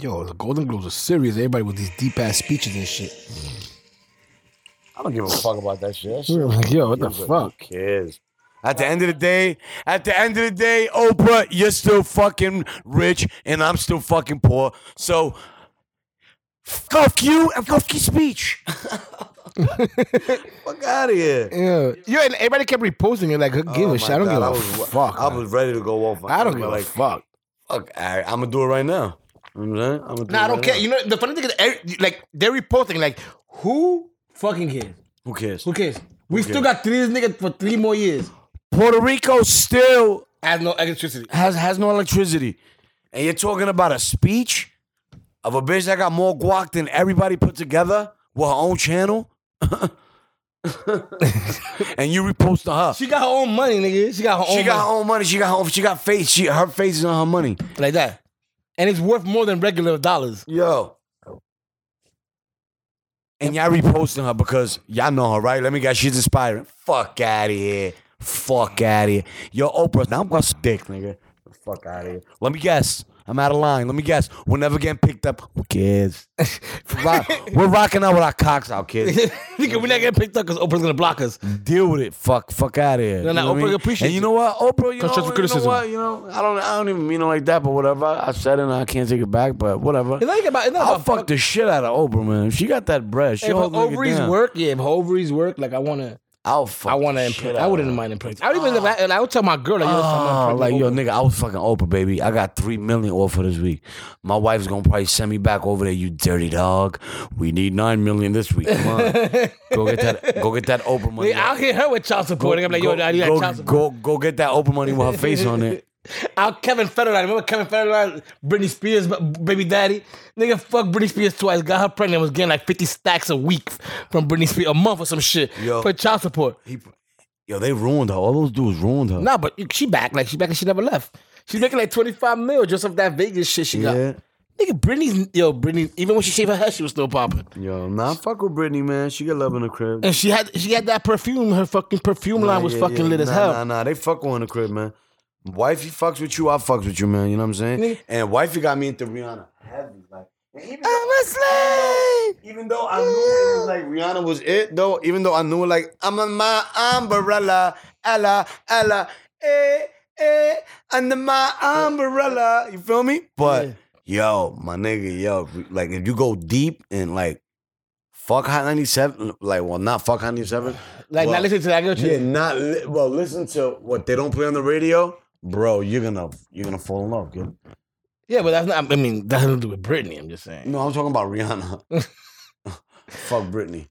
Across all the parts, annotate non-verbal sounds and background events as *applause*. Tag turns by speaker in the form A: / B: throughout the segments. A: Yo, the Golden Globes was serious. Everybody with these deep ass speeches and shit.
B: I don't give a fuck about that shit. That shit
A: We were like, *laughs* yo, what the
B: gives a-
A: fuck?
B: Who cares? At the end of the day, at the end of the day, Oprah, you're still fucking rich and I'm still fucking poor. So fuck you and fuck your speech. *laughs* fuck out of here.
A: Yeah, yo, and everybody kept reposting it. Like, who give
B: Oh
A: a shit?
B: my
A: I don't
B: God,
A: give a
B: was,
A: fuck.
B: I
A: man.
B: was ready to go off. on
A: I don't
B: that,
A: give
B: but
A: a
B: like,
A: fuck.
B: fuck. I, I'm gonna do it right now. You know what I'm saying? I'm gonna do
A: Nah,
B: it
A: I don't
B: right
A: care.
B: now.
A: You know, the funny thing is, every- like, they're reporting, like, who fucking cares?
B: Who cares?
A: Who cares? We
B: Who
A: still got three of this nigga for three more years.
B: Puerto Rico still
A: Has no electricity.
B: has has no electricity, and you're talking about a speech of a bitch that got more guac than everybody put together with her own channel, *laughs* and you repost to her.
A: She got her own money, nigga. She got her
B: She
A: own
B: got
A: money.
B: her own money. She got her own, she got face. She her face is on her money.
A: like that. And it's worth more than regular dollars. *laughs*
B: Yo. And y'all reposting her because y'all know her, right? Let me guess, she's inspiring. Fuck out of here. Fuck out of here. Yo, Oprah, now I'm gonna stick, nigga. Fuck out of here. Let me guess. I'm out of line. Let me guess. We're never getting picked up. Who cares? We're
A: *laughs*
B: rock- We're rocking out with our cocks out, kids.
A: nigga, we're not getting picked up because Oprah's gonna block us.
B: Deal with it. Fuck. Fuck out of here.
A: No, no,
B: what I
A: Oprah
B: mean?
A: appreciates
B: And you know what, Oprah? You know,
A: Constructive
B: you know
A: criticism.
B: what? You know, I don't. I don't even mean it like that. But whatever. I said it. and I can't take it back. But whatever.
A: It's not about it's not
B: I'll
A: about
B: fuck the shit out of Oprah, man. If she got that bread,
A: If her
B: she'll hold
A: ovaries
B: it down.
A: work, yeah, if her ovaries work, like I wanna,
B: I'll fuck.
A: I wanna
B: the
A: impress.
B: shit
A: I
B: out
A: wouldn't
B: of her.
A: mind impressing. I would even, if I, and I would tell my girl, like, yo,
B: Oh,
A: oh,
B: like yo, nigga, I was fucking Oprah, baby. I got three million off for this week. My wife's gonna probably send me back over there. You dirty dog. We need nine million this week.
A: *laughs*
B: Come on, go get that. Go get that Oprah money.
A: I'll hit her with child support. nigga. I'm like, yo, I need that
B: go,
A: child support.
B: go, go get that Oprah money with her face on
A: *laughs*
B: it.
A: I'll Kevin Federline. Remember Kevin Federline, Britney Spears, b- baby daddy? Nigga, fuck Britney Spears twice. Got her pregnant. Was getting like 50 stacks a week from Britney Spears, a month or some shit
B: Yo.
A: for child support.
B: He, yo, they ruined her. All those dudes ruined her.
A: Nah, but she back. Like, she back and she never left. She's making like 25 mil just off that Vegas shit she
B: yeah.
A: got. Nigga, Britney's, yo, Britney, even when she shaved her hair, she was still popping.
B: Yo, nah, fuck with Britney, man. She got love in the crib.
A: And she had she had that perfume. Her fucking perfume line
B: Nah,
A: was
B: yeah,
A: fucking
B: yeah.
A: lit as
B: nah,
A: hell.
B: Nah, nah, they fuck on the crib, man. Wifey fucks with you, I fucks with you, man. You know what I'm saying?
A: Nigga.
B: And wifey got me into Rihanna heavy, like. and Even
A: I'm a slave.
B: even though I knew it was like Rihanna was it, though, even though I knew like I'm on my umbrella, Ella, Ella, eh, eh, under my umbrella. You feel me? But yo, my nigga, yo, like if you go deep and like fuck Hot 97, like well not fuck Hot 97,
A: Like,
B: well,
A: now listen to that girl.
B: yeah,
A: shit.
B: not li- well. Listen to what they don't play on the radio, bro. You're gonna you're gonna fall in love, kid.
A: Yeah, but that's not, I mean, that has nothing to do with Britney, I'm just saying.
B: No, I'm talking about
A: *laughs*
B: Rihanna. Fuck Britney.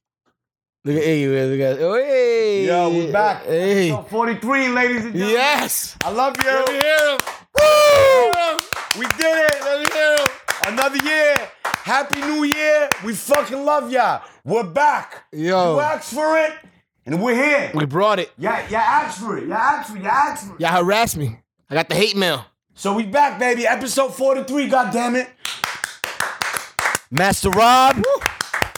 A: Look at hey, you guys. Look at, oh, hey.
B: Yo, we're back.
A: Hey.
B: 43, ladies and gentlemen.
A: Yes.
B: I love you. Let me hear him. Woo! We did it. Let me hear him. Another year. Happy New Year. We fucking love y'all. We're back.
A: Yo.
B: You asked for it, and we're here.
A: We brought it.
B: Yeah, yeah, asked for it. Yeah, asked for it. Yeah, asked for it.
A: Y'all harassed me. I got the hate mail.
B: So we back, baby. Episode 43, God damn it. Master Rob,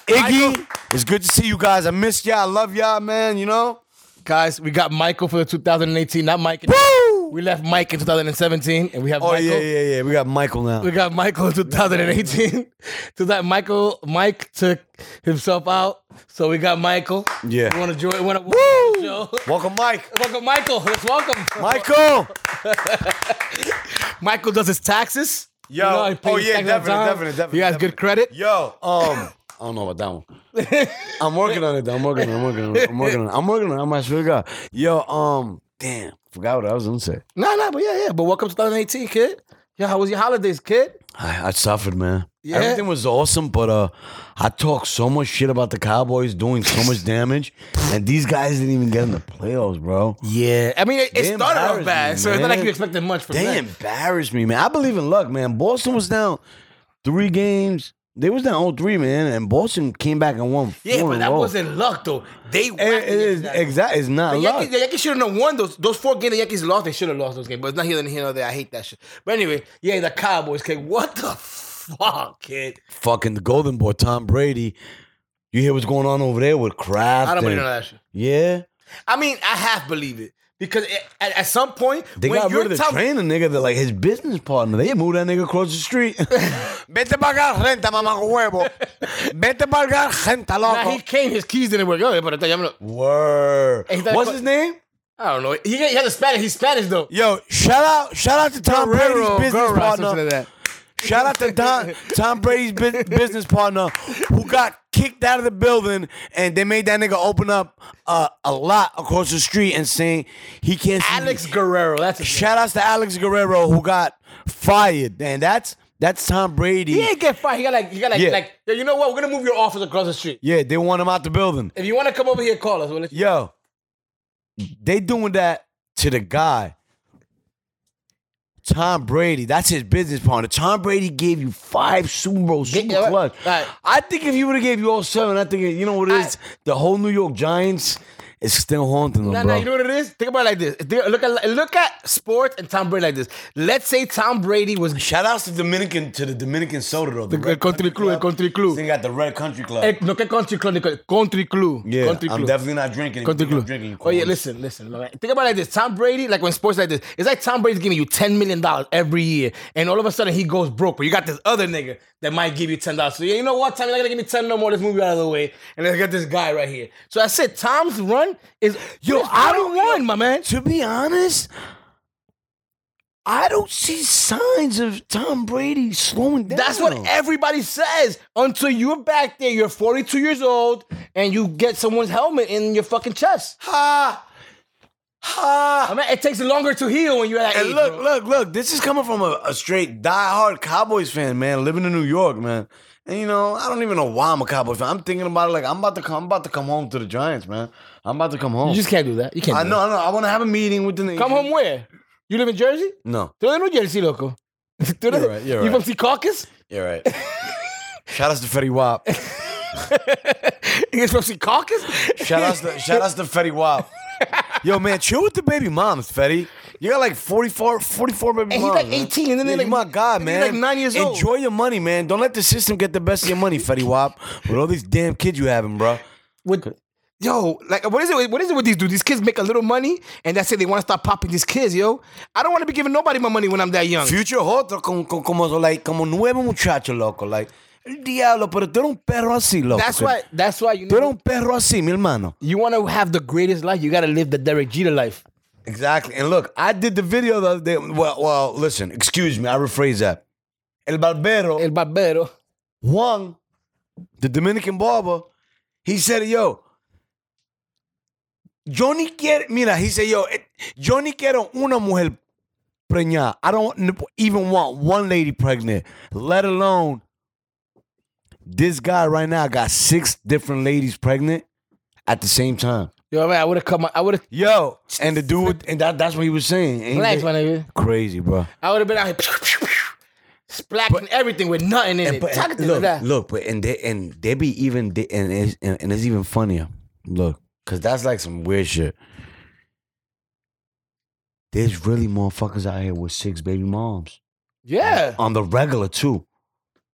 B: Iggy, it's good to see you guys. I miss y'all. I love y'all, man, you know?
A: Guys, we got Michael for the 2018, not Mike. in-
B: Woo!
A: We left Mike in 2017, and we have
B: Oh,
A: Michael.
B: yeah, yeah, yeah. We got Michael now.
A: We got Michael in 2018. *laughs* so that Michael, Mike took himself out. So we got Michael.
B: Yeah.
A: You want to join? Want to Woo! Show?
B: Welcome, Mike.
A: *laughs* Welcome, Michael. Let's welcome.
B: Michael!
A: Michael does his taxes.
B: Yo.
A: he pays
B: Oh,
A: his
B: yeah,
A: taxes on
B: definitely,
A: time.
B: definitely, definitely,
A: He has
B: definitely.
A: good credit.
B: Yo, um, I don't know about that one. I'm working on it though. I'm working on it. I'm working on it. I'm working on it. I'm working on it. I'm my sure to God. Yo, um, damn, forgot what I was gonna say.
A: No, no, but yeah, yeah. But welcome to 2018, kid. Yo, how was your holidays, kid?
B: I, I suffered, man.
A: Yeah.
B: Everything was awesome, but uh, I talked so much shit about the Cowboys doing so much damage, and these guys didn't even get in the playoffs, bro.
A: Yeah, I mean, it, it
B: They
A: started off
B: embarrassed
A: bad,
B: me,
A: so it's not like
B: man.
A: you expected much from
B: They
A: them.
B: embarrassed me, man. I believe in luck, man. Boston was down three games. They was down 0-3, man, and Boston came back and won.
A: Yeah,
B: four
A: but
B: in a
A: that
B: row.
A: wasn't luck though. They whacked
B: It- it
A: the
B: is
A: Yankees.
B: exactly. It's not
A: The
B: luck.
A: Yankees, the Yankees should have won those those four games. The Yankees lost. They should have lost those games, but it's not here nor here nor there. I hate that shit. But anyway, yeah, the Cowboys. Kid, what the fuck, kid?
B: fucking the Golden Boy, Tom Brady. You hear what's going on over there with Kraft?
A: I don't
B: and-
A: believe none of that shit.
B: Yeah,
A: I mean, I half believe it
C: Because it, at, at some point,
B: They
C: when
B: got
C: you're
B: rid of the
C: telling-
B: trainer, nigga. They're like his business partner. They moved that nigga across the street. *laughs* Vete para acá, renta, mamá huevo. Vete para acá, renta,
A: Nah, he came. His keys didn't work. Oh, but I'm gonna,
B: Word.
A: And he's like,
B: What's
A: "Fuck-"
B: his name?
A: I don't know. He, he has a Spanish. He's Spanish though.
B: Yo, shout out, shout out to Tom
A: Guerrero,
B: Brady's business
A: Guerrero, something
B: partner.
A: like that.
B: Shout out to Don, Tom Brady's bu- business partner who got kicked out of the building, and they made that nigga open up uh, a lot across the street and saying he can't. see-
A: Alex Guerrero. That's his
B: Shout outs to Alex Guerrero who got fired, and that's that's Tom Brady.
A: name. He ain't get fired. He got like he got like
B: Yeah.
A: like. "Yo, you know what? We're gonna move your office across the street.
B: Yeah, they want him out the building.
A: If you want to come over here, call us. We'll let you.
B: Yo, they doing that to the guy. Tom Brady, that's his business partner. Tom Brady gave you five Super Bowl Super
A: yeah,
B: Clubs.
A: right.
B: I think if he would have gave you all seven, I think you know what it is. the whole New York Giants is still haunting them,
A: Nah, nah,
B: Oh, bro.
A: you know what it is? Think about it like this. Think- Look at look at sports and Tom Brady like this. Let's say Tom Brady was
B: Shout outs to Dominican to the Dominican soda though. The,
A: el country club, el country club.
B: They got the Red Country Club.
A: Eh, no, que country club, Nicole? country club.
B: yeah,
A: country
B: I'm
A: club.
B: definitely not drinking. it.
A: Country
B: I'm
A: club.
B: drinking.
A: Oh yeah,
B: Coors.
A: listen, listen. all right. Think about it like this: Tom Brady, like when sports like this, it's like Tom Brady's giving you ten million dollars every year, and all of a sudden he goes broke. But you got this other nigga that might give you ten dollars. So yeah, you know what? Tom, you're not gonna give me ten no more. Let's move you out of the way, and let's get this guy right here. So I said, Tom's run is yo, I don't want my man.
B: To be honest, I don't see signs of Tom Brady slowing down.
A: That's what everybody says until you're back there. You're 42 years old and you get someone's helmet in your fucking chest.
B: ha ha.
A: I mean, it takes longer to heal when you're at that
B: And
A: age,
B: look,
A: bro.
B: look, look. This is coming from a, a straight diehard Cowboys fan, man, living in New York, man. And you know, I don't even know why I'm a Cowboys fan. I'm thinking about it like I'm about to come, I'm about to come home to the Giants, man. I'm about to come home.
A: You just can't do that. You can't.
B: I
A: do
B: know,
A: that.
B: I know. I want to have a meeting with the nation.
A: Come home where? You live in Jersey?
B: No,
A: Tú eres de New Jersey, loco. *laughs* Tú eres-
B: You're right, you're
A: you from
B: right.
A: Secaucus? *laughs*
B: you're *laughs* right. Shout outs to Fetty Wap.
A: He's from Secaucus?
B: Shout outs to shout outs to Fetty Wap. Yo, man, chill with the baby moms, Fetty. You got like 44, 44 baby
A: And he's
B: moms.
A: like
B: man.
A: 18, and then
B: Yeah,
A: they like-
B: you my God,
A: he's
B: man.
A: like nine years old.
B: Enjoy your money, man. Don't let the system get the best of your money, Fetty Wap. With all these damn kids you having, bro.
A: With- yo, like, what is it? What is it with these dudes? These kids make a little money, and that's it. They want to start popping these kids, yo. I don't want to be giving nobody my money when I'm that young.
B: Future hot como, como, como, like, como nuevo muchacho, loco. Like, el diablo, pero tú eres un perro así, loco.
A: That's why. That's why you
B: Tú
A: need.
B: eres un perro así, mi hermano.
A: You want to have the greatest life, you got to live the Derek Jeter life.
B: Exactly. And look, I did the video the other day. Well, well, listen, excuse me. I rephrase that. El Barbero.
A: El barbero.
B: Juan, the Dominican barber, he said, yo, yo ni quiero, mira, he said, yo, eh, yo ni quiero una mujer preñada. I don't n- even want one lady pregnant, let alone this guy right now got six different ladies pregnant at the same time.
A: Yo, man, I would have come. I would have
B: Yo, and the dude, and that, that's what he was saying. And he
A: relaxed,
B: did-
A: my nigga.
B: Crazy, bro.
A: I would have been out here *laughs* splacking everything with nothing in it.
B: But,
A: Talking to
B: look,
A: that.
B: look, but and they and they be even they- and it's, and, and it's even funnier. Look, cause that's like some weird shit. There's really motherfuckers out here with six baby moms
A: yeah.
B: on the regular too.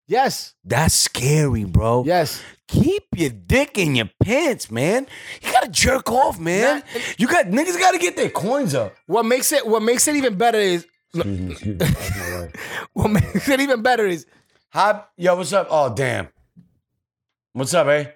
A: Yes.
B: That's scary, bro.
A: Yes.
B: Keep your dick in your pants, man. You gotta jerk off, man. you got niggas gotta get their coins up.
A: What makes it what makes it even better is *laughs* what makes it even better is
B: Hi, yo, what's up? Oh, damn. What's up, eh?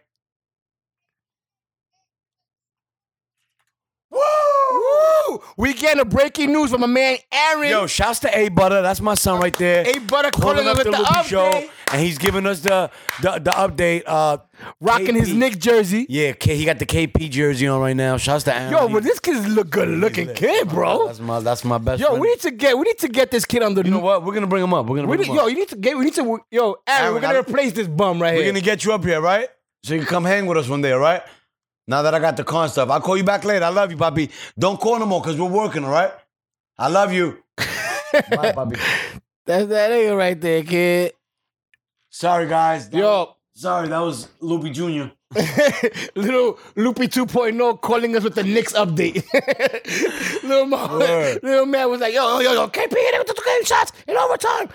A: Woo! We getting a breaking news from a man Aaron.
B: Yo, shouts to A Butter. That's my son right there.
A: A Butter
B: Calling
A: calling us with
B: up the
A: the
B: Luby
A: update.
B: show, and he's giving us the the, the update. Uh,
A: Rocking his
B: KP.
A: Nick jersey.
B: Yeah, K, he got the KP jersey on right now. Shouts to Aaron.
A: Yo, but this kid's look good looking kid, bro.
B: That's my that's my best.
A: Yo,
B: friend.
A: we need to get we need to get this kid on the
B: You know what? We're gonna bring him up. We're gonna
A: We
B: bring
A: need,
B: him up.
A: yo, you need to get. We need to. Yo, Aaron,
B: Aaron,
A: we're gonna
B: I-
A: replace this bum right
B: We're
A: here.
B: gonna get you up here, right? So you can come hang with us one day, all right? Now that I got the con stuff, I'll call you back later. I love you, Bobby. Don't call no more because we're working, all right? I
A: *laughs*
B: love you. Bye, Bobby.
A: *laughs* That's that nigga right there, kid.
B: Sorry, guys. That-
A: Yo, *laughs*
B: Sorry, that was Loopy Jr.
A: little Loopy 2.0 calling us with the Knicks update. *laughs* little man,
B: Word.
A: little man was like, yo, yo, yo, KP hit him with the game shots in overtime.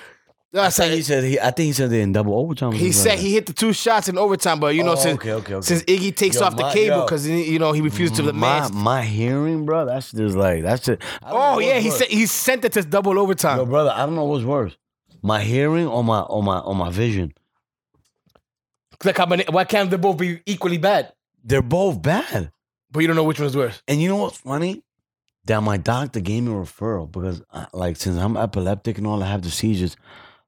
A: I
B: I think he
A: said,
B: said he, I think he said they in double overtime.
A: he said he hit the two shots in overtime, but you know
B: Oh,
A: since
B: okay, okay, okay.
A: since Iggy takes
B: Yo,
A: off the
B: my-
A: cable
B: yo.
A: because you know he refused to the
B: my
A: man.
B: my hearing, bro. That's just like that's just. I don't know
A: Oh
B: what's
A: yeah, he
B: worse.
A: said he sent it to double overtime.
B: Yo, brother, I don't know what's worse, my hearing or my or my or my vision.
A: The combina- why can't they both be equally bad?
B: They're both bad.
A: But you don't know which one's worse.
B: And you know what's funny? That my doctor gave me a referral because, I, like, since I'm epileptic and all, I have the seizures.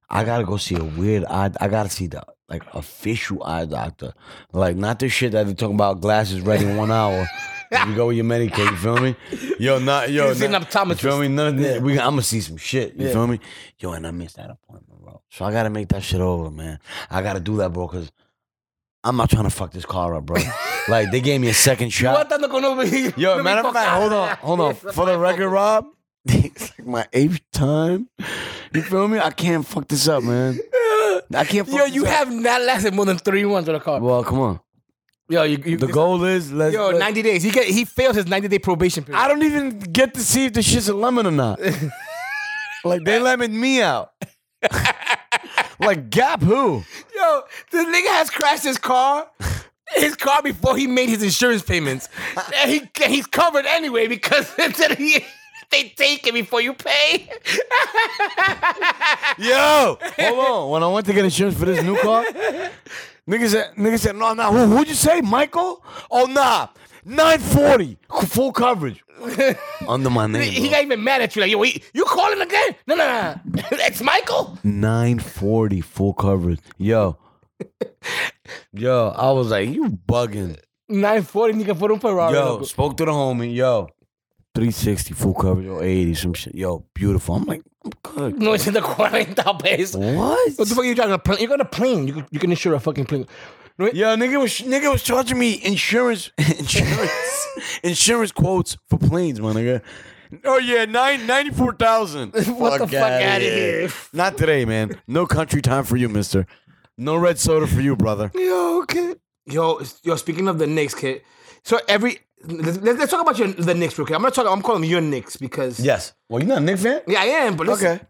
B: I gotta go see a weird eye. I gotta see the like official eye doctor, like not this shit that they talking about glasses ready in one hour. you go with your Medicaid, you feel me? Yo, not yo,
A: You see an
B: not- you feel
A: optometrist.
B: me? None of this- we, I'm gonna see some shit. You feel me? Yo, and I missed that appointment, bro. So I gotta make that shit over, man. I gotta do that, bro, because I'm not trying to fuck this car
A: *laughs*
B: up, bro. like they gave me a second shot.
A: Yo, estando con uno-
B: Uh, Yo,
A: uno
B: matter
A: bien
B: of fact, hold on,
A: focado.
B: hold on.
A: Yes,
B: For the
A: I'm
B: record, Rob, *laughs* it's like my eighth time. You feel me? I can't fuck this up, man. I can't.
A: focused.
B: Fuck
A: Yo,
B: this
A: you
B: up.
A: have not lasted more than three months on the car.
B: Well, come on.
A: Yo, you, you
B: The goal is let's.
A: Yo,
B: let-
A: ninety days. He get he fails his ninety day probation period.
B: I don't even get to see if the shit's a lemon
A: *laughs*
B: or not. like they lemon me out. like Gap who?
A: Yo, this nigga has crashed his car. *laughs* His car before he made his insurance payments. *laughs* And he he's covered anyway because *laughs* he, they take it before you pay.
B: Yo, hold on. When I went to get insurance for this new car, nigga said, nigga said, no, no. Who, who'd you say, Michael? Oh, nah. 940,
A: *laughs*
B: full coverage. Under my name.
A: He
B: bro.
A: got even mad at you like, yo, he, you calling again? No, no, no. *laughs* It's Michael.
B: 940 full coverage. Yo. yo, I was like, you bugging.
A: Nine forty, nigga, for un Ferrari. *laughs*
B: Yo, spoke to the homie. Yo. 360 full coverage or 80, some shit. Yo, beautiful. I'm like, I'm good.
A: no es de *laughs* 40 pesos.
B: What?
A: What the fuck are you driving a plane? You're going to plane. You can, you can insure a fucking plane. No,
B: Yo, nigga was nigga was charging me insurance *laughs* insurance
A: *laughs*
B: insurance quotes for planes, my nigga. Oh yeah, nine ninety four thousand.
A: *laughs* What the fuck outta here.
B: Not today, man. No country time for you, mister. No red soda for you, brother.
A: *laughs* Yo, kid. Yo, s- yo. Speaking of the Knicks, kid. So every let's, let's let's talk about your the Knicks, real quick. I'm gonna talk. I'm calling your Knicks because
B: Yes. Well, you're not a Nick fan?
A: yeah, I am. But listen,
B: Okay.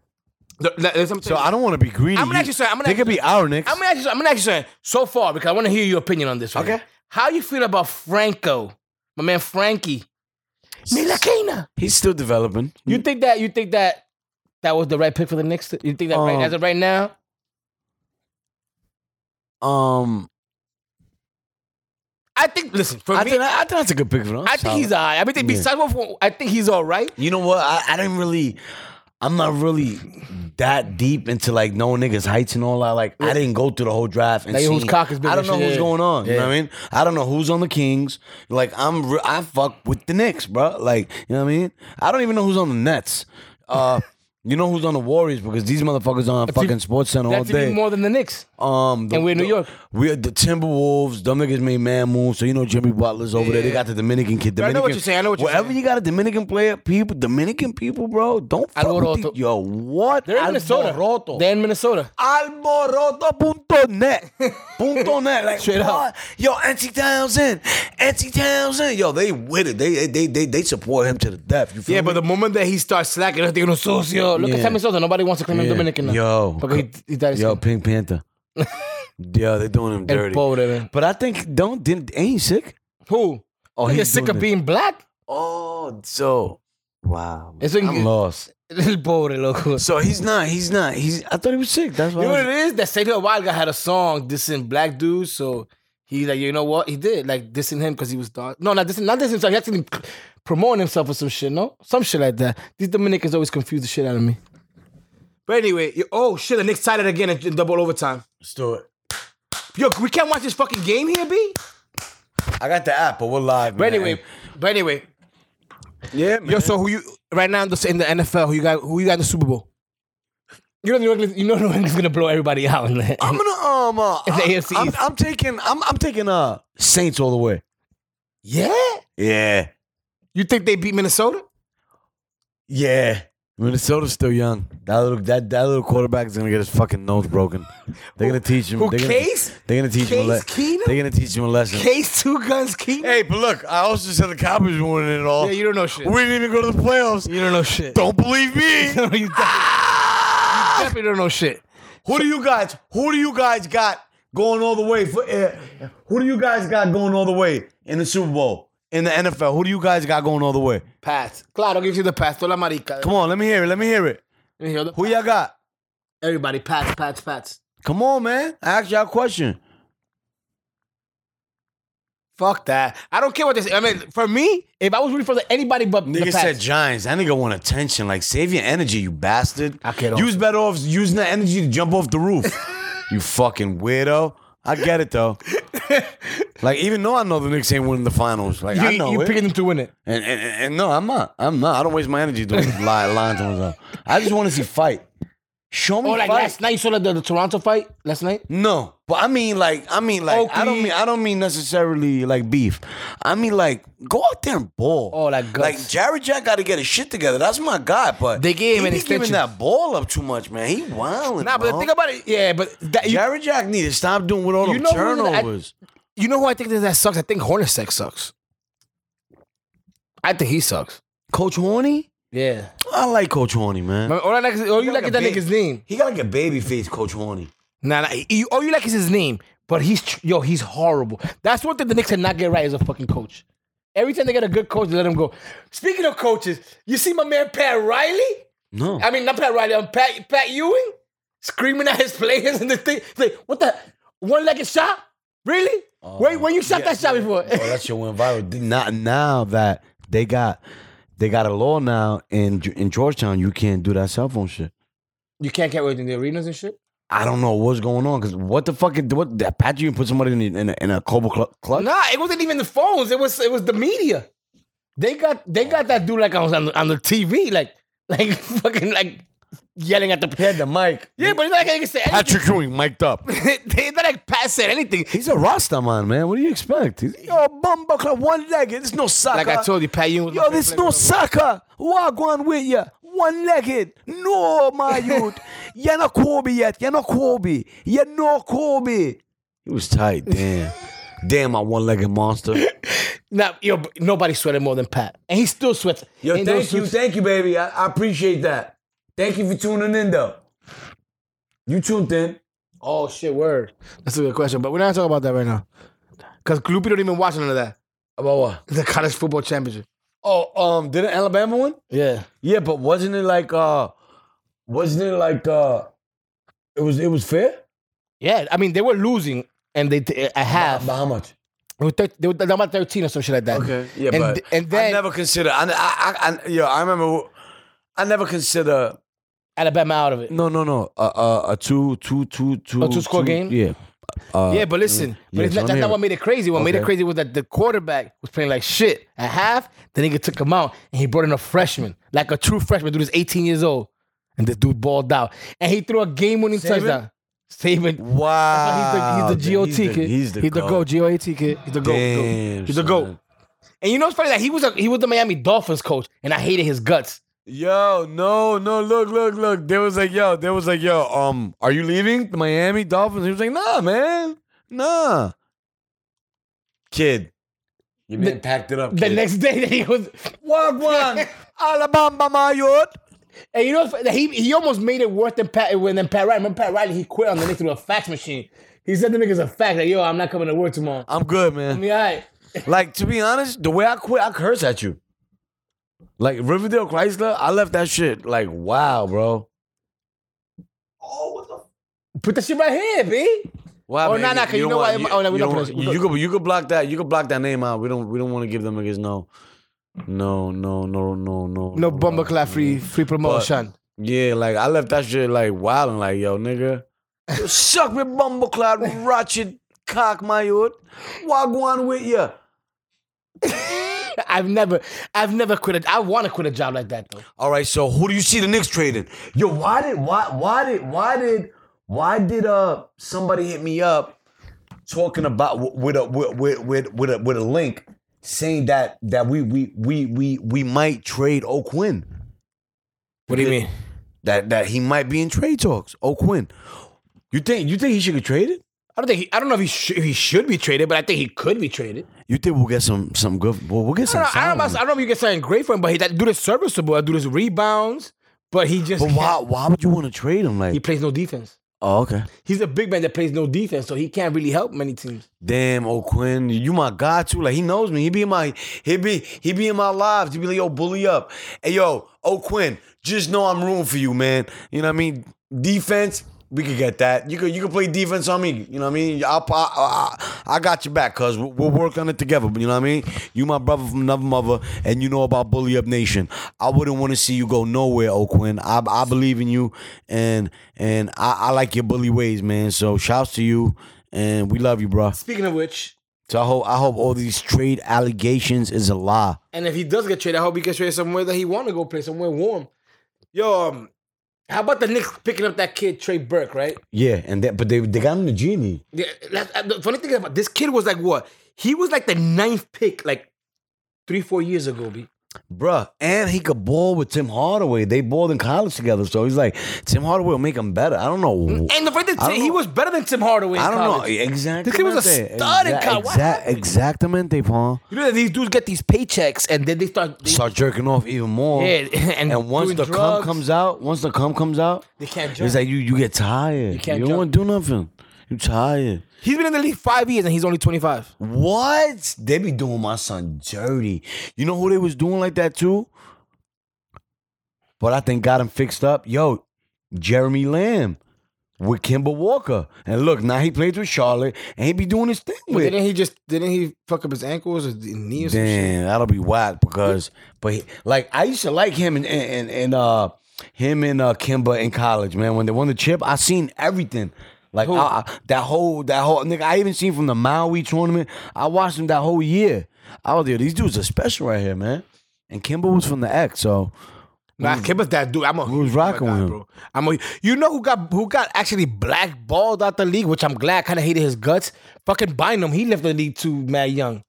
A: the- the- listen, I'm
B: So I don't want to be greedy.
A: I'm gonna
B: You-
A: ask you something. I'm gonna
B: they
A: ask
B: could
A: you
B: be our Knicks.
A: I'm gonna ask you. I'm gonna ask you something so far because I want to hear your opinion on this. right?
B: Okay.
A: How you feel about Franco, my man Frankie? Milakina.
B: He's still developing.
A: You think that? You think that? That was the right pick for the Knicks. You think that right
B: Um,
A: as of right now?
B: Um,
A: I think. Listen, for
B: I
A: me,
B: think I, think that's a good pick for him.
A: I think he's all right. I mean,
B: Yeah.
A: besides what I think he's all right.
B: You know what? I, I didn't really. I'm not really that deep into like knowing niggas' heights and all that. Like I didn't go through the whole draft and
A: Like,
B: see
A: whose cock is bigger,
B: I don't know
A: shit,
B: who's
A: yeah.
B: going on. You know
A: Yeah.
B: what I mean? I don't know who's on the Kings. Like I'm, re- I fuck with the Knicks, bro. Like you know what I mean? I don't even know who's on the Nets. Uh, *laughs* you know who's on the Warriors because these motherfuckers are on fucking Sports Center all
A: That's
B: day.
A: even more than the Knicks.
B: Um, the-
A: And we're in New
B: the-
A: York.
B: We're the Timberwolves. Them niggas made man moves. So you know Jimmy Butler's over there. They got the Dominican kid.
A: I
B: Dominican,
A: know what you're saying, I know what you're
B: Wherever
A: saying.
B: you got a Dominican player, people, Dominican people, bro, don't fuck with
A: Alboroto.
B: these- Yo, what?
A: They're in Minnesota.
B: Alboroto.
A: They're in Minnesota. *laughs*
B: Alboroto.net. Punto net. Like,
A: Straight up.
B: what? Yo, NC Townsend. NC Townsend. Yo, they with it. They they they they support him to the death. You feel
A: Yeah,
B: me?
A: but the moment that he starts slacking, they're thinking, socio. Look
B: Yeah.
A: at Sammy Sosa. Nobody wants to claim him
B: Yeah.
A: Dominican now.
B: Yo.
A: Because he, he died his
B: Yo, Pink
A: *laughs*
B: Panther. yo, they're doing him dirty.
A: Pobre,
B: But I think don't didn't ain't he sick?
A: Who?
B: Oh,
A: Nigga
B: he's
A: sick
B: doing
A: of
B: it.
A: being black?
B: Oh, so wow,
A: It's in-
B: I'm lost.
A: El pobre, loco.
B: So he's not. He's not. He's. I thought he was sick. That's why.
A: You know
B: I
A: what
B: was-
A: it is? That Sergio Valga had a song dissing black dudes, so he like, you know what? He did. Like dissing him because he was dark. No, not dissing, not dissing himself. He actually promoting himself or some shit, no? Some shit like that. These Dominicans always confuse the shit out of me. But anyway, you- oh shit, the Knicks tied it again in in double overtime.
B: Let's do it.
A: Yo, we can't watch this fucking game here, B?
B: I got the app, but we're live.
A: But
B: man.
A: anyway, but anyway,
B: yeah, man.
A: yo. So who you right now in the, in the NFL? Who you got? Who you got in the Super Bowl? You know New England. You know New England's gonna blow everybody out. In *laughs* the,
B: I'm gonna um. Uh,
A: It's the
B: I'm,
A: AFC
B: I'm,
A: East.
B: I'm taking. I'm. I'm taking uh Saints all the way.
A: yeah.
B: Yeah.
A: You think they beat Minnesota?
B: Yeah. Minnesota's still young. That little that, that little quarterback is gonna get his fucking nose broken. They're gonna teach him.
A: Who
B: they're,
A: Case?
B: Gonna, they're gonna teach him a
A: Case
B: lesson.
A: Keenum?
B: They're gonna teach him a lesson.
A: Case two guns key.
B: Hey, but look, I also said the Cowboys were winning it all.
A: Yeah, you don't know shit.
B: We didn't even go to the playoffs.
A: *laughs* You don't know shit.
B: Don't believe me.
A: No, you definitely, you definitely don't know shit.
B: Who do you guys? Who do you guys got going all the way? For, eh, who do you guys got going all the way in the Super Bowl in the NFL? Who do you guys got going all the way?
A: Pass. Claro, gives you the pass. Toda la marica.
B: Come on, let me hear it. Let me hear it.
A: Here, the-
B: Who y'all got?
A: Everybody, pass, pass, pass.
B: Come on, man. I asked y'all a question.
A: Fuck that. I don't care what they say. I mean, for me, if I was rooting for the, anybody but the
B: Nigga
A: Pats,
B: said Giants. That nigga want attention. Like, save your energy, you bastard.
A: I get off.
B: Use better off using that energy to jump off the roof. you fucking weirdo. I get it
A: *laughs*
B: though. like, even though I know the Knicks ain't winning the finals. Like, I know
A: you, you
B: it.
A: picking them to win it.
B: And, and, and and no, I'm not. I'm not. I don't waste my energy doing lie, lying to myself. I just want to see fight. Show me
A: Oh, like
B: fight.
A: last night you saw the, the, Toronto fight last night.
B: No, but I mean like I mean like I don't
A: Oakley.
B: mean I don't mean necessarily like beef. I mean like go out there and ball.
A: Oh, like guts.
B: like Jared Jack got to get his shit together. That's my guy, but
A: They gave him
B: he
A: an
B: be giving
A: extension.
B: that ball up too much, man. He wilding.
A: Nah, but
B: bro.
A: think about it. Yeah, but that, you,
B: Jared Jack need to stop doing with all
A: You
B: the
A: know who that-
B: turnovers.
A: you know who I think that, that sucks. I think Hornacek sucks. I think he sucks.
B: Coach Horny,
A: Yeah.
B: I like Coach Horny, man.
A: All I like, is- all you like
B: a
A: is that
B: big-
A: nigga's name.
B: He got like a baby face, Coach Horny.
A: Nah, nah. You, all you like is his name, but he's tr- yo, he's horrible. That's one thing the Knicks cannot get right is a fucking coach. Every time they get a good coach, they let him go. Speaking of coaches, you see my man Pat Riley.
B: No,
A: I mean, not Pat Riley. Um, Pat Pat Ewing screaming at his players and the thing. Like, what the one legged shot? Really? Wait, when you shot that shot before?
B: Oh, that shit went viral. Did Not now that they got they got a law now in in Georgetown, you can't do that cell phone shit.
A: you can't get away in the arenas and shit.
B: I don't know what's going on because what the fuck? Is, what that Patrick you put somebody in a, in a, in a cobra cl- clutch?
A: Nah, it wasn't even the phones. It was it was the media. They got they got that dude like on on the, on the TV, like like *laughs* fucking like yelling at the.
B: He had the mic.
A: Yeah, but it's not like I can say anything. *laughs*
B: Ewing mic'd up.
A: it's not like Pat said anything.
B: He's a Rastaman, man. What do you expect? He's, yo, bumba club, one legged. It's no soccer.
A: Like I told you, Pat Ewing. was
B: Yo,
A: my
B: this
A: favorite player.
B: no soccer. Wagwan with ya. One legged. No, *laughs* my youth. You're not Kobe yet. You're not Kobe. You're no Kobe. He was tight. Damn. *laughs* Damn, my one legged monster.
A: Nah, yo, but nobody sweated more than Pat, and he still sweats. And those dudes-
B: Thank you, baby. I, I appreciate that. Thank you for tuning in, though. You tuned in.
A: Oh shit, word. That's a good question, but we're not talking about that right now. Cause Gloopy don't even watch none of that.
B: About what?
A: The college football championship.
B: Oh, um, didn't Alabama win?
A: Yeah.
B: Yeah, but wasn't it like, uh, wasn't it like, uh, it was it was fair?
A: Yeah. I mean, they were losing and they a half.
B: By how much?
A: They were thir- they were down by thirteen or some shit like that.
B: Yeah,
A: And
B: but
A: th- and then
B: I never consider. I, I, I, I, yo, I remember. who- I never consider.
A: Alabama out of it.
B: No, no, no. Uh, uh, a two, two, two, two.
A: A two-score game?
B: Yeah. Uh,
A: yeah, but listen, but it's
B: so
A: not,
B: I'm
A: that's not
B: here.
A: what made it crazy. What made it
B: Okay.
A: crazy was that the quarterback was playing like shit at half. The nigga took him out and he brought in a freshman, like a true freshman. Dude is 18 years old, and this dude balled out, and he threw a game-winning
B: Saban?
A: touchdown. Saban
B: Wow.
A: But he's the he's the GOT kid.
B: He's the, he's the
A: GOAT, GOAT kid. He's the GOAT.
B: Damn,
A: GOAT. He's the
B: son.
A: GOAT. And you know what's funny? That he was a, he was the Miami Dolphins coach, and I hated his guts.
B: Yo, no, no, look, look, look. There was like, yo, there was like, yo, um, are you leaving the Miami Dolphins? He was like, nah, man, nah. Kid, you
A: The-
B: man packed it up.
A: The next *laughs* day that he was *laughs*
B: Wagwan, Alabama, my youth.
A: and you know what's funny? that he he almost made it worse than Pat when then Pat Riley. Remember Pat Riley, he quit on the nigga through a fax machine. He said the nigga's a fax, like, yo, I'm not coming to work tomorrow.
B: I'm good,
A: I *laughs*
B: man.
A: mean, all right.
B: Like to be honest, the way I quit, I curse at you. Like Riverdale Chrysler, I left that shit. Like wow, bro.
A: Put the shit right here, B.
B: Wow.
A: Oh,
B: man,
A: nah, nah, 'cause you
B: don't
A: know
B: want-
A: what? Oh, no, we
B: you
A: don't
B: don't
A: put
B: want-
A: it-
B: You could you could block that. You could block that name out. We don't we don't want to give them niggas no, no, no, no, no, no.
A: No bumper clap free free promotion.
B: Yeah, like I left that shit like wild and like
A: *laughs*
B: yo, nigga. You Suck me bumbleclad, ratchet cock my youth. Wagwan with ya.
A: *laughs* I've never I've never quit a I wanna quit a job like that though.
B: All right, so who do you see the Knicks trading? Yo, why did why why did why did why did uh somebody hit me up talking about w- with a with with with with a, with a link saying that that we we we we we might trade O'Quinn
A: What do you mean?
B: that that he might be in trade talks. O'Quinn, you think you think he should get traded?
A: I don't think he, I don't know if he should, he should be traded, but I think he could be traded.
B: You think we'll get some some good? Well, we'll get
A: I
B: some.
A: don't, know, I, don't know,
B: signings.
A: about- I don't know if you get something great for him, but he, that dude is serviceable. That dude is rebounds, but he just
B: But
A: can't-
B: why why would you want to trade him? Like
A: he plays no defense.
B: Oh, okay.
A: He's a big man that plays no defense, so he can't really help many teams.
B: Damn, O'Quinn, you my guy too. Like he knows me. He be in my he be he be in my lives. He be like, yo, bully up. Hey yo, O'Quinn, just know I'm rooting for you, man. You know what I mean? Defense, we could get that. You could you could play defense on me. You know what I mean? I'll, I, I, I got your back, cuz we'll, we'll work on it together. You know what I mean? You my brother from another mother, and you know about bully up nation. I wouldn't want to see you go nowhere, O'Quinn. I I believe in you, and and I, I like your bully ways, man. So shouts to you. And we love you, bro.
A: Speaking of which,
B: So I hope I hope all these trade allegations is a lie.
A: and if he does get traded, I hope he gets traded somewhere that he want to go play, somewhere warm. Yo, um, how about the Knicks picking up that kid Trey Burke, right?
B: Yeah, and that but they they got him the genie.
A: Yeah, that- that- the funny thing about this kid was like what? He was like the ninth pick, like three, four years ago. B.
B: Bruh, and he could ball with Tim Hardaway. They balled in college together. So he's like, Tim Hardaway will make him better. I don't know.
A: Mm, And the fact
B: I
A: that
B: don't
A: he
B: know.
A: was better than Tim Hardaway. In
B: I don't know.
A: college.
B: Exactly.
A: This kid was a stud in college. What happened?
B: Exactamente, Paul.
A: You know that these dudes get these paychecks and then they start. They,
B: Start jerking off even more.
A: *laughs* yeah, *laughs* and,
B: And once
A: doing
B: the cum
A: drugs.
B: comes out, once the cum comes out,
A: they can't jump.
B: it's like you you get tired. You,
A: can't
B: don't
A: jump.
B: want to do nothing. You tired.
A: he's been in the league five years and he's only twenty five.
B: What? They be doing my son dirty. You know who they was doing like that too? But I think got him fixed up. Yo, Jeremy Lamb with Kimber Walker. And look, now he plays with Charlotte and he be doing his thing with.
A: Didn't he just? Didn't he fuck up his ankles or knees?
B: Damn, that'll be whack because but he, like I used to like him and and, and uh him and uh Kimba in college, man. When they won the chip, I seen everything. Like I, I- that whole that whole nigga, I even seen from the Maui tournament. I watched him that whole year. I was there. These dudes are special right here, man. And Kimba was from the X, so
A: Nah, Kimba's that dude. I'm a
B: Who's rocking
A: oh my
B: with
A: God,
B: him?
A: Bro. I'm a, you know who got who got actually blackballed out the league, which I'm glad. Kind of hated his guts. Fucking Bynum, he left the league too. Mad young.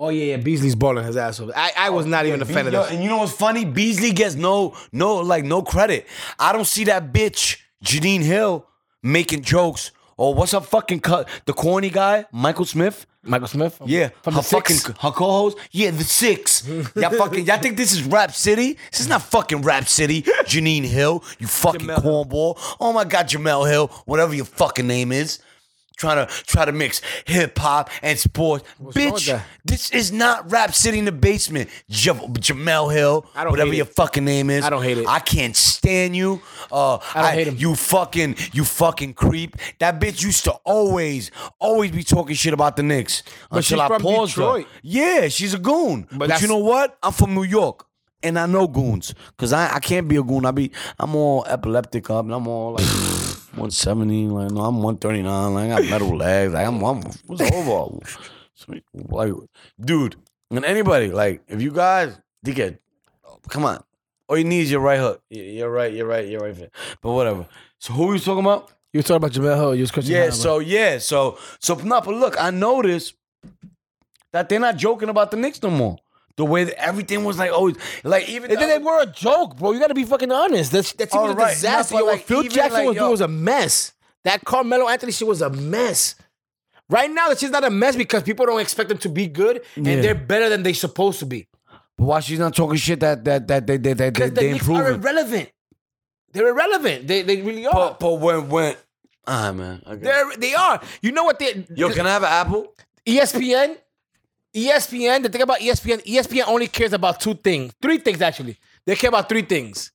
A: Oh yeah, yeah. Beasley's balling his ass off. I, I was not even a fan of
B: Yo,
A: this.
B: And you know what's funny? Beasley gets no, no, like no credit. I don't see that bitch Janine Hill making jokes. Or what's her fucking cut? The corny guy, Michael Smith.
A: Michael Smith.
B: Yeah,
A: from
B: her
A: the six.
B: fucking her co-host. Yeah, the
A: *laughs*
B: six. Y'all fucking. Y'all think this is Rap City? This is not fucking Rap City. Janine Hill, you fucking cornball. Oh my God, Jamel Hill, whatever your fucking name is. Trying to try to mix hip hop and sports,
A: wrong with
B: bitch.
A: that?
B: This is not Rap City in the basement. Ja- Jamel Hill,
A: I don't
B: whatever
A: hate
B: your
A: it.
B: fucking name is.
A: I don't hate it.
B: I can't stand you. Uh,
A: I don't hate him.
B: You fucking, you fucking creep. That bitch used to always, always be talking shit about the Knicks until
A: she's
B: I
A: from
B: paused her.
A: Detroit.
B: Yeah, she's a goon. But,
A: that's-
B: you know what? I'm from New York. And I know goons. Cause I, I can't be a goon. I be I'm all epileptic up and I'm
A: *sighs*
B: all like 170. Like no, I'm 139. Like I got metal legs. Like I'm I'm what's over? like dude. And anybody, like, if you guys dickhead, come on. All you need is your right hook. Y- You're right, you're right, you're right. Fit. But whatever. So who you talking about?
A: You were talking about Jamel Hill. You was Christian.
B: Yeah, so yeah, so so no, but look, I noticed that they're not joking about the Knicks no more. The way that everything was like, oh, like even
A: And then they were a joke, bro. You got to be fucking honest. That's that team
B: All
A: was
B: right.
A: a disaster.
B: Nah,
A: yo,
B: but
A: what
B: like,
A: Phil
B: even
A: Jackson
B: like,
A: was
B: yo-
A: doing was a mess. That Carmelo Anthony shit was a mess. Right now, that shit's not a mess because people don't expect them to be good, and
B: Yeah.
A: they're better than they supposed to be.
B: But why she's not talking shit that that that they they they, they,
A: Because the
B: they
A: Knicks are
B: improving.
A: irrelevant. They're irrelevant. They they really are.
B: But but when when ah man, okay.
A: they're they are. You know what they?
B: yo, can I have an apple?
A: E ESPN, E ESPN. The thing about E ESPN, ESPN only cares about two things, three things actually. They care about three things.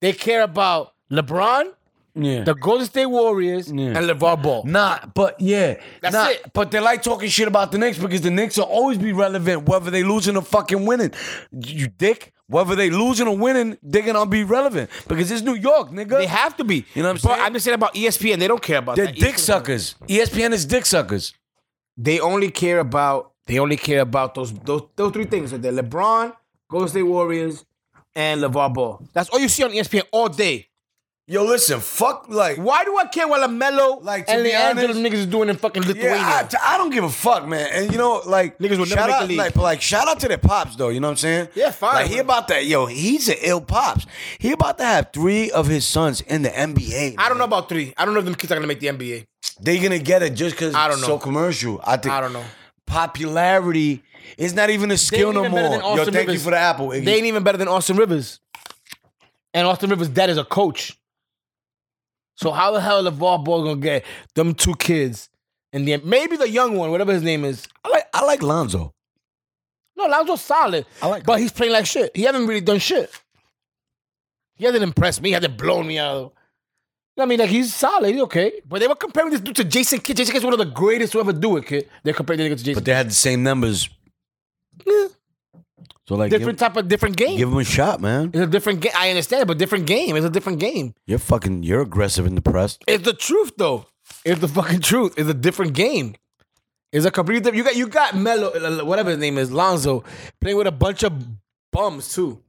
A: They care about LeBron,
B: Yeah.
A: the Golden State Warriors,
B: Yeah.
A: and LeVar Ball.
B: Nah, but yeah,
A: That's
B: nah,
A: it.
B: But they like talking shit about the Knicks because the Knicks will always be relevant, whether they losing or fucking winning. You dick. Whether they losing or winning, they're gonna be relevant because it's New York, nigga.
A: They have to be.
B: You know what I'm
A: But
B: saying?
A: I'm just saying about E ESPN. They don't care about
B: They're
A: that. E
B: dick
A: ESPN.
B: suckers. E ESPN is dick suckers.
A: They only care about. They only care about those those, those three things. Right there. LeBron, Golden State Warriors, and LeVar Ball. That's all you see on E ESPN all day.
B: Yo, listen, fuck like
A: Why do I care what LaMelo
B: Like, to
A: and
B: be
A: LeAngelo
B: honest-
A: niggas is doing in fucking Lithuania?
B: Yeah, I, I don't give a fuck, man. And you know, like
A: Niggas will never
B: shout
A: make
B: out,
A: the league.
B: Like, like shout out to their pops, though. You know what I'm saying?
A: Yeah, fine.
B: Like he about that. Yo, he's an ill pops. He about to have three of his sons in the NBA.
A: I don't know about three. I don't know if them kids are gonna make the NBA.
B: They gonna get it just because
A: I don't
B: it's
A: know.
B: so commercial. I think
A: I don't know.
B: popularity is not even a skill
A: ain't
B: no
A: even better
B: more.
A: than
B: Yo,
A: Austin
B: thank you
A: Rivers.
B: for the apple. Iggy.
A: They ain't even better than Austin Rivers. and Austin Rivers' dad is a coach. So how the hell LeVar Ball gonna get them two kids in the end? Maybe the young one, whatever his name is.
B: I like I like Lonzo.
A: No, Lonzo's solid.
B: I like
A: But he's playing like shit. He hasn't really done shit. He hasn't impressed me. He hasn't blown me out. I mean, like he's solid. He's okay. But they were comparing this dude to Jason Kidd. Jason Kidd's one of the greatest to ever do it, kid. They're comparing the nigga to Jason.
B: But they had the same numbers.
A: Yeah.
B: So like
A: different type of different game.
B: give, give him a shot, man.
A: it's a different game. I understand, but different game. It's a different game.
B: You're fucking you're aggressive in the press.
A: It's the truth, though. It's the fucking truth. It's a different game. It's a completely different. You got you got Melo, uh, whatever his name is, Lonzo, playing with a bunch of bums too.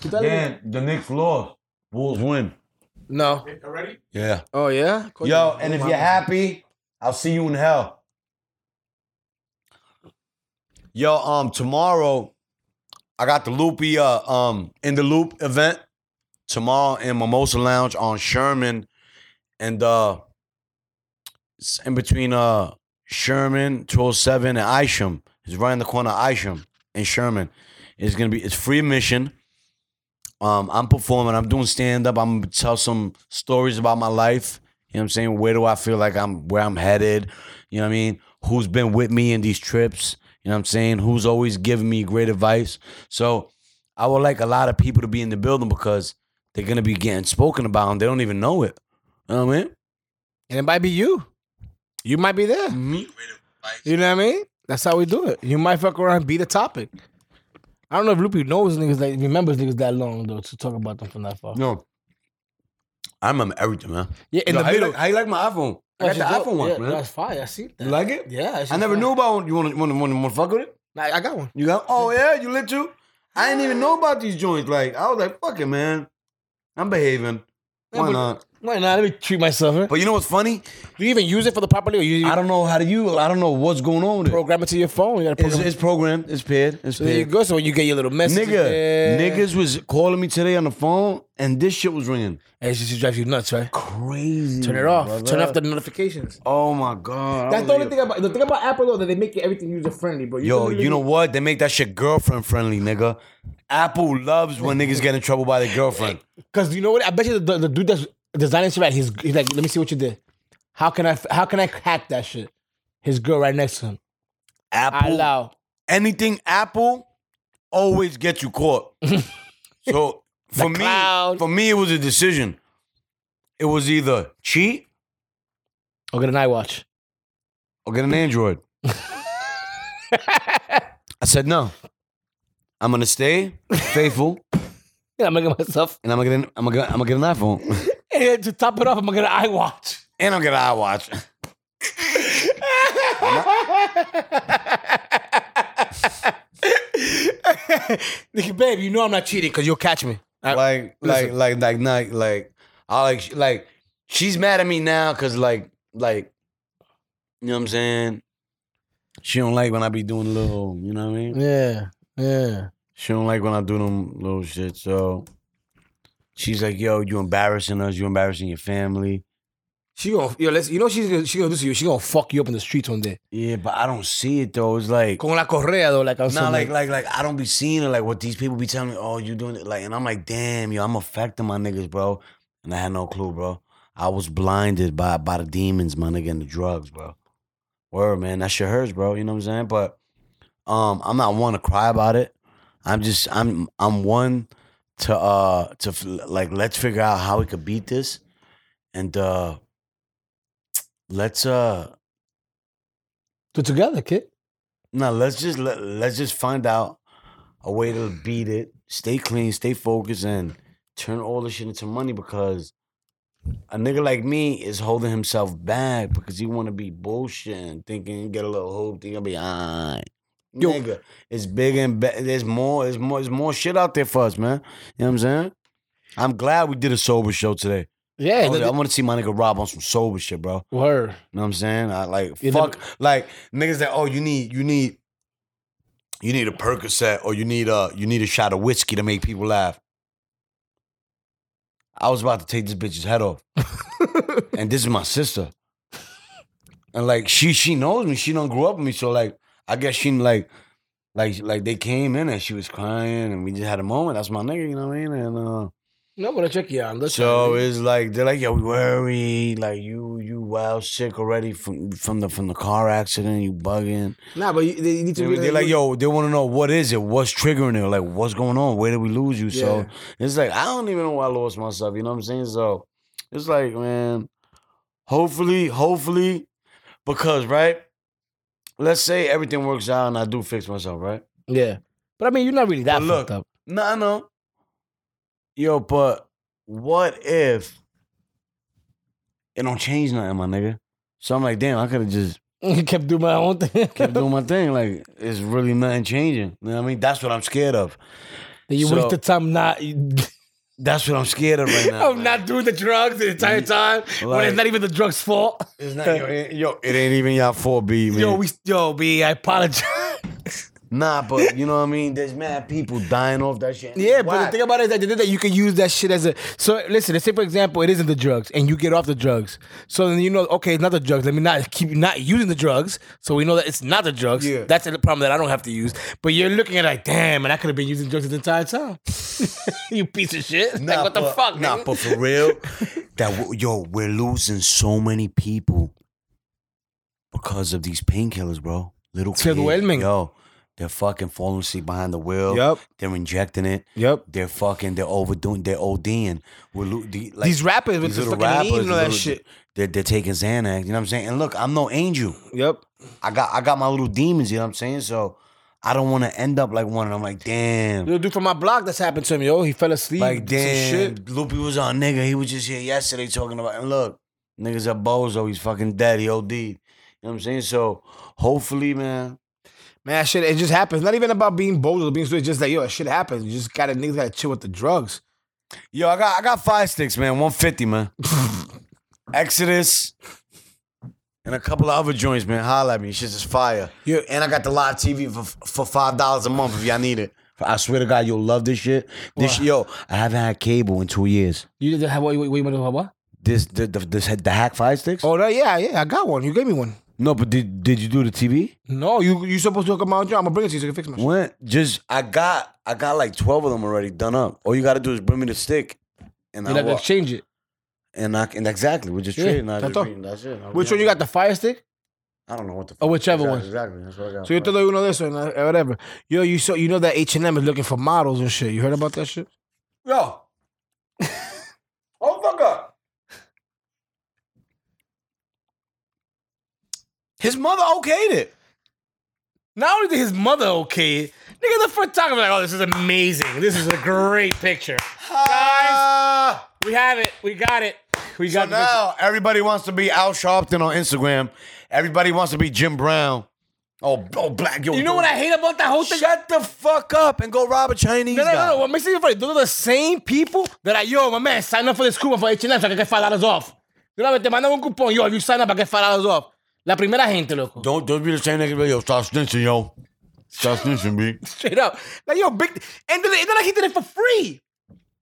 B: Damn, the Knicks lost. Bulls win.
A: No.
B: Yeah.
A: Oh yeah.
B: Yo, and if you're happy, I'll see you in hell. Yo, um, tomorrow I got the loopy uh um in the loop event tomorrow in Mimosa Lounge on Sherman, and uh, it's in between uh Sherman 207 and Isham. It's right in the corner of Isham and Sherman. It's gonna be it's free admission. Um, I'm performing. I'm doing stand up. I'm gonna tell some stories about my life. You know what I'm saying? Where do I feel like I'm where I'm headed? You know what I mean? Who's been with me in these trips? You know what I'm saying? Who's always giving me great advice? So I would like a lot of people to be in the building because they're gonna be getting spoken about and they don't even know it. You know what I mean?
A: And it might be you. You might be there. You know what I mean? That's how we do it. You might fuck around and be the topic. I don't know if Loopy knows niggas that remembers niggas that long though to talk about them from that far.
B: No. I remember everything, man.
A: Yeah, in
B: Yo,
A: the
B: how you
A: middle.
B: like- how you like my iPhone? I got
A: That's
B: the
A: dope.
B: iPhone one,
A: Yeah,
B: man.
A: That's fire. I see that.
B: You like it?
A: Yeah, that
B: I
A: shit's
B: never
A: fire.
B: knew about one. You want to want to fuck with it?
A: I, I got one.
B: You got? Oh yeah, you lit too. I didn't even know about these joints. Like I was like, fuck it, man. I'm behaving.
A: Yeah,
B: Why
A: but-
B: not?
A: Why not? Let me treat myself. eh?
B: But you know what's funny?
A: Do you even use it for the properly or you
B: I don't know how to use. I don't know what's going on with it.
A: program it to your phone? You gotta
B: It's,
A: program it.
B: it's programmed. It's paired. It's
A: So there you
B: paired.
A: go. So when you get your little message,
B: Nigga, niggas was calling me today on the phone, and this shit was ringing.
A: It just it drives you nuts, right?
B: Crazy.
A: Turn it off. Turn
B: Mm, brother.
A: off the notifications.
B: Oh my god.
A: That's the
B: I was
A: only
B: like-
A: thing about the thing about Apple though that they make it everything user friendly, bro. can
B: Yo,
A: literally-
B: you know what? They make that shit girlfriend friendly, nigga. Apple loves when niggas get in trouble by their girlfriend.
A: Cause you know what? I bet you the, the dude that's designing shit right, he's, he's like, let me see what you did. How can I how can I hack that shit? His girl right next to him. I
B: Apple
A: allow.
B: anything Apple always gets
A: *laughs*
B: you caught. so for me,
A: cloud.
B: for me, it was a decision. It was either cheat
A: I'll get an iWatch. *laughs*
B: or get an Android. I said no. I'm gonna stay
A: *laughs*
B: faithful,
A: Yeah, I'm gonna get myself.
B: and I'm gonna get an, I'm gonna I'm gonna get an iPhone, *laughs*
A: And to top it off, I'm gonna get an *laughs* iWatch.
B: and I'm gonna iWatch.
A: Nigga, babe, you know I'm not cheating because you'll catch me. I-
B: like like
A: listen.
B: like like like like I like like she's mad at me now because like like you know what I'm saying. She don't like when I be doing little, you know what I mean.
A: yeah, yeah.
B: She don't like when I do them little shit. So she's like, "Yo, you embarrassing us. You embarrassing your family."
A: She gonna yo, let's you know what she's gonna she gonna do to you. She gonna fuck you up in the streets one day.
B: Yeah, but I don't see it though. It's like,
A: Con la correa though, like I was saying.
B: nah, like, like, like I don't be seeing it. Like what these people be telling me. Oh, you doing it. Like, and I'm like, damn, yo, I'm affecting my niggas, bro. And I had no clue, bro. I was blinded by by the demons, my nigga, and the drugs, bro. Word, man. That shit hurts, bro. You know what I'm saying? But um, I'm not one to cry about it. I'm just I'm I'm one to uh to f- like let's figure out how we could beat this, and uh let's uh
A: do it together, kid.
B: no let's just let, let's just find out a way to beat it. Stay clean, stay focused, and turn all this shit into money because a nigga like me is holding himself back because he want to be bullshit and thinking get a little hope, think I'll be alright.
A: Yo.
B: Nigga, it's big and be- there's more, there's more, there's more shit out there for us, man. You know what I'm saying? I'm glad we did a sober show today.
A: Oh, Yeah,
B: I,
A: that-
B: want to see my nigga Rob on some sober shit, bro.
A: word.
B: You know what I'm saying? I like
A: You
B: fuck like niggas that oh you need you need you need a Percocet or you need a you need a shot of whiskey to make people laugh. I was about to take this bitch's head off. and this is my sister. And like she she knows me. She don't grew up with me. So like I guess she like Like like they came in and she was crying and we just had a moment. That's my nigga, you know what I mean? And uh,
A: No, but I check you out. Listen,
B: so it's like they're like, yo, we worried, like you you wild sick already from from the from the car accident, you bugging.
A: nah, but you, they need to.
B: They,
A: be-
B: are like, yo, they want to know what is it, what's triggering it, like what's going on, where did we lose you? So it's like I don't even know why I lost myself. You know what I'm saying? So it's like, man, hopefully, hopefully, because right, let's say everything works out and I do fix myself, right?
A: yeah. But I mean, you're not really that
B: But look,
A: fucked up. *laughs*
B: No, I know. Yo, but what if it don't change nothing, my nigga? So I'm like, damn, I could have just
A: Kept doing my own thing.
B: kept doing my thing. Like it's really nothing changing. You know what I mean? That's what I'm scared of.
A: Then *laughs* you
B: So-
A: wasted time not. I'm
B: That's what I'm scared of
A: *laughs*
B: right now. man.
A: Oh, not doing the drugs the entire time. when
B: Like-
A: it's not even the drugs' fault.
B: It's not yo, it, yo, it ain't even y'all four B, man.
A: Yo, we, yo, B, I apologize.
B: nah, but you know what I mean? There's mad people dying off that shit.
A: *laughs* yeah, but the
B: Why?
A: thing about it is that, they did that you can use that shit as a. So listen, let's say for example, it isn't the drugs, and you get off the drugs. So then you know, okay, it's not the drugs. Let me not keep not using the drugs. So we know that it's not the drugs.
B: Yeah.
A: That's the problem that I don't have to use. But you're looking at it like, damn, and I could have been using drugs the entire time. *laughs* you piece of shit.
B: Nah,
A: like what the
B: but-
A: fuck,
B: Nah,
A: nigga?
B: but
A: *laughs*
B: for real, that w- yo, we're losing so many people because of these painkillers, bro. Little
A: It's
B: kids,
A: overwhelming.
B: yo, they're fucking falling asleep behind the wheel.
A: Yup.
B: they're injecting it.
A: Yep.
B: they're fucking, they're overdoing, they're ODing. We're lo- the, like,
A: These rappers with
B: these
A: the
B: little
A: fucking rappers, and
B: these
A: all that
B: little-
A: shit.
B: They're, they're taking Xanax. You know what I'm saying? And look, I'm no angel.
A: Yep.
B: I got I got my little demons. You know what I'm saying? So I don't want to end up like one. And I'm like, damn.
A: Little dude from my block that's happened to him, yo. He fell asleep.
B: Like
A: some
B: damn,
A: shit.
B: Loopy was our nigga. He was just here yesterday talking about. And look, niggas a bozo. He's fucking dead. He OD'd. You know what I'm saying? So hopefully, man.
A: Man, that shit, it just happens. Not even about being bold or being stupid. It's just like, yo, that shit happens. You just gotta niggas gotta chill with the drugs.
B: Yo, I got I got five sticks, man. 150, man. Exodus. And a couple of other joints, man. Holla at me. Shit's just fire.
A: Yeah.
B: And I got the live TV for for five dollars a month if y'all need it. I swear to God, you'll love this shit. This yo, I haven't had cable in two years.
A: You did have what you what, what, what?
B: This the the, this, the hack five sticks.
A: Oh no, yeah, yeah, I got one. You gave me one.
B: No, but did did you do the TV?
A: No, you you supposed to hook up my own job. I'm gonna bring it to you so you can fix my shit.
B: When just I got I got like twelve of them already done up. All you got to do is bring me the stick,
A: You're
B: and I
A: not gonna
B: will,
A: change it.
B: and I and exactly we're just
A: Yeah,
B: trading. I just
A: that's all.
B: reading that shit.
A: Which one you got? The fire stick?
B: I don't know what the.
A: Or whichever
B: exactly,
A: one.
B: Exactly. That's what I got.
A: So you throw you know this one, uh, whatever. Yo, you so you know that H and M is looking for models and shit. You heard about that shit?
B: yo. oh fuck up. His mother okayed it.
A: Not only did his mother okay, it, nigga, the photographer like, oh, this is amazing. This is a great picture.
B: Guys,
A: We have it. We got it. We
B: so
A: got the
B: now everybody wants to be Al Sharpton on Instagram. Everybody wants to be Jim Brown. Oh, oh, black. Yo,
A: You know what I hate about that whole thing?
B: Shut the fuck up and go rob a Chinese
A: No, no, no,
B: guy.
A: no. What makes it even funny? Those are the same people that are, yo, my man, sign up for this coupon for H&M so I can get five dollars off. You know, te mandan un cupón, yo, if you sign up, I get five dollars off. La primera gente, loco.
B: Don't don't be the same nigga. Yo, stop snitching, yo. Stop snitching, B.
A: Straight up. Like, yo, big. And then, and then like, he did it for free.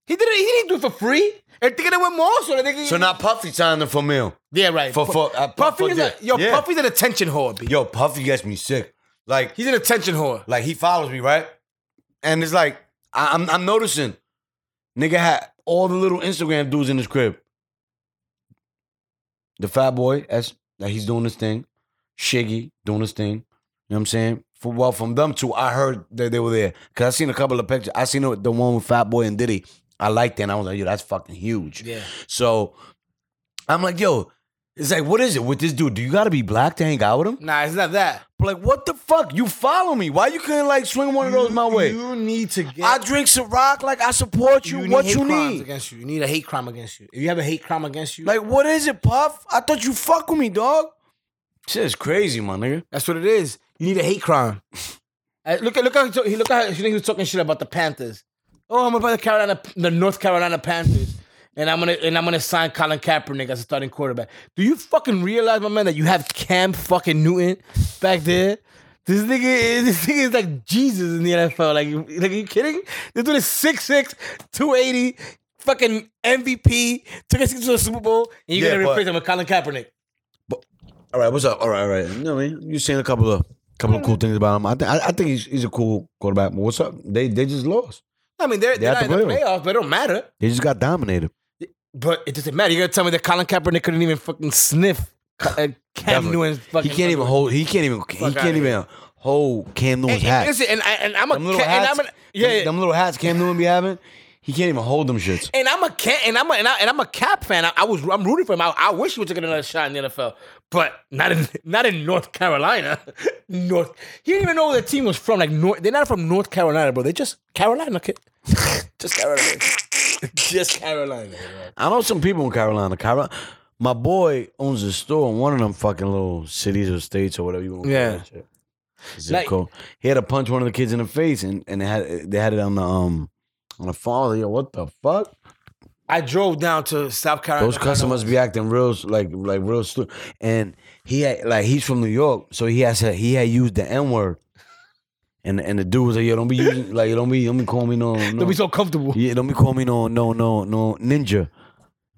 A: He did it. He didn't do it for free. El tigre went more so.
B: *laughs* So now Puffy signed him for meal.
A: Yeah, right.
B: For- for- uh,
A: Puffy
B: for
A: is
B: that.
A: a, yo,
B: Yeah.
A: Puffy's an attention whore, B.
B: Yo, Puffy gets me sick. Like
A: He's an attention whore.
B: Like he follows me, right? And it's like I, I'm I'm noticing, nigga had all the little Instagram dudes in his crib. The fat boy, that's that he's doing his thing. Shiggy doing his thing. You know what I'm saying? For well, from them two, I heard that they were there because I seen a couple of pictures. I seen the, the one with Fat Boy and Diddy. I liked that. And I was like, yo, that's fucking huge.
A: Yeah.
B: So I'm like, yo, it's like, what is it with this dude? Do you got to be black to hang out with him?
A: Nah, it's not that.
B: Like, what the fuck? You follow me. Why you couldn't like swing one of those my way?
A: You need to get.
B: I drink Ciroc, like I support you.
A: need
B: what
A: hate
B: you
A: crimes
B: need?
A: against you. You need a hate crime against you. If you have a hate crime against you,
B: Like, what is it, Puff? I thought you fuck with me, dog. Shit is crazy, my nigga.
A: That's what it is. You need a hate crime. *laughs* Uh, look at look at he look at he was talking shit about the Panthers. Oh, I'm about the Carolina, the North Carolina Panthers, and I'm gonna and I'm gonna sign Colin Kaepernick as a starting quarterback. Do you fucking realize, my man, that you have Cam fucking Newton back there? This nigga is *laughs* this nigga is like Jesus in the NFL. Like, you- like are you kidding? This dude is 6'6", 280, fucking MVP, took us to the Super Bowl, and you're
B: Yeah,
A: gonna
B: but-
A: replace him with Colin Kaepernick.
B: All right, what's up? All right, all right. You know what I mean? You seen a couple of couple of cool things about him. I think I, I think he's, he's a cool quarterback. But what's up? They they just lost.
A: I mean, they're,
B: They
A: they're
B: have
A: not in
B: to
A: the
B: play him.
A: playoffs, but it don't matter.
B: They just got dominated.
A: But it doesn't matter. You gotta tell me that Colin Kaepernick couldn't even fucking sniff Ca- uh, Cam
B: Definitely.
A: Newton's
B: He
A: fucking.
B: can't even hold. He can't even. He
A: outta
B: can't even hold Cam
A: And,
B: Newton's
A: and,
B: hat.
A: listen, and, I, and I'm a
B: Them little
A: Ca- and
B: hats.
A: I'm a yeah,
B: them,
A: yeah.
B: them little hats Cam Newton be having. He can't even hold them shits.
A: and I'm a Ca- and I'm a, and, I, and I'm a Cap fan. I, I was I'm rooting for him. I, I wish he would take another shot in the NFL, but not in not in North Carolina. *laughs* North, he didn't even know where the team was from. Like North, they're not from North Carolina, bro. They're just Carolina kid. *laughs* just Carolina. *laughs* just Carolina. bro.
B: I know some people in Carolina. Carolina. My boy owns a store in one of them fucking little cities or states or whatever you want. to
A: Yeah.
B: Call that shit. Zip
A: Like-
B: code. He had to punch one of the kids in the face, and and they had they had it on the um on the phone. I was like, Yo, what the fuck?
A: I drove down to South Carolina.
B: Those customers be acting real like like real stupid. And he had, like he's from New York, so he has he had used the N word. And and the dude was like, yo, don't be using like don't be don't be calling me no, no
A: They'll be so comfortable.
B: yeah, don't be calling me no no no no ninja.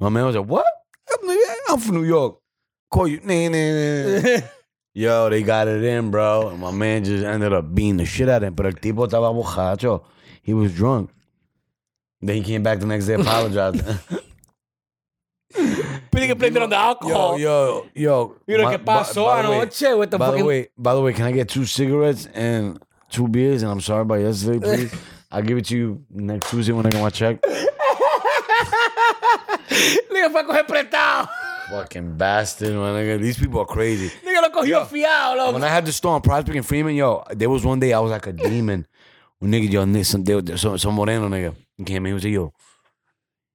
B: My man was like, what? I'm, like, "Yeah, I'm from New York. Call you nah, nah,
A: *laughs*
B: nah. Yo, they got it in, bro. And my man just ended up beating the shit out of him. But el tipo estaba borracho. He was drunk. Then he came back the next
A: *laughs*
B: day apologizing. *laughs*
A: But they can blame it on the
B: Yo,
A: alcohol.
B: yo, yo.
A: Oh. You know,
B: by-
A: que pasó,
B: by- by
A: I
B: the
A: don't
B: way-
A: want shit with the
B: by
A: fucking. *laughs*
B: the way, by the way, can I get two cigarettes and two beers? And I'm sorry about
A: *laughs*
B: yesterday, please. I'll give it to you next Tuesday when I get my check.
A: Nigga fue a coger prestado.
B: Fucking bastard, my nigga. These people are crazy.
A: Nigga lo cogió fiado,
B: When
A: loco.
B: I had the store on Prospect and Freeman, yo, there was one day I was *laughs* like a demon. When nigga, yo, nigga, some, there was- some, some Moreno nigga he came in, he was like, yo,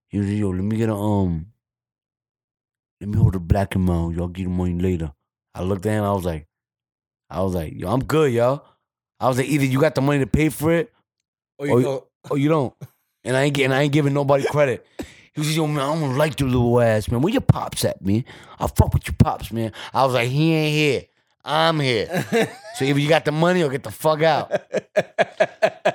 B: he was like, yo, let me get a, um, let me hold the black in my y'all get the money later. I looked at him, I was like, I was like, yo, I'm good, yo. I was like, either you got the money to pay for it
A: Oh,
B: you- or you don't. And I ain't getting, I ain't giving nobody credit. He was like, yo, man, I don't like your little ass, man. Where your pops at, man? I fuck with your pops, man. I was like, he ain't here. I'm here. so either you got the money or get the fuck out.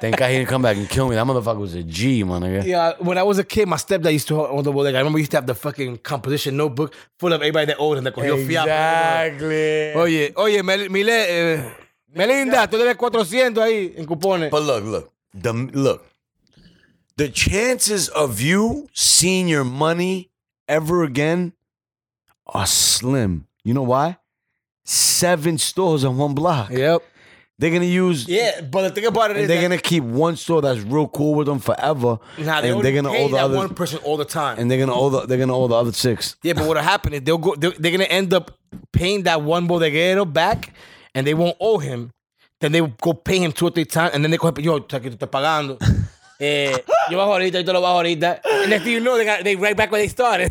B: Thank God he didn't come back and kill me. That motherfucker was a G, my nigga.
A: Yeah, when I was a kid, my stepdad used to hold the book. Like, I remember he used to have the fucking composition notebook full of everybody that owed him. That cogió fiado. oh, Oye, oye, Mel- Mile, eh, Melinda, tú debes 400 ahí en cupones.
B: But look, look, the look, the chances of you seeing your money ever again are slim. You know why? Seven stores on one block.
A: Yep.
B: They're gonna use.
A: Yeah, but the thing about it
B: And they're gonna keep one store that's real cool with them forever,
A: nah, they
B: and
A: only
B: they're gonna
A: pay
B: owe the
A: that
B: other,
A: one person all the time.
B: and they're gonna owe the, they're gonna owe the other six.
A: Yeah, but what'll happen is they'll go. They're, they're gonna end up paying that one bodeguero back, and they won't owe him. Then they will go pay him two or three times, and then they go, yo, te te estoy
B: *laughs*
A: pagando. Eh, yo bajo ahorita, yo te lo bajo ahorita. And next thing you know, they got they right back where they started. *laughs*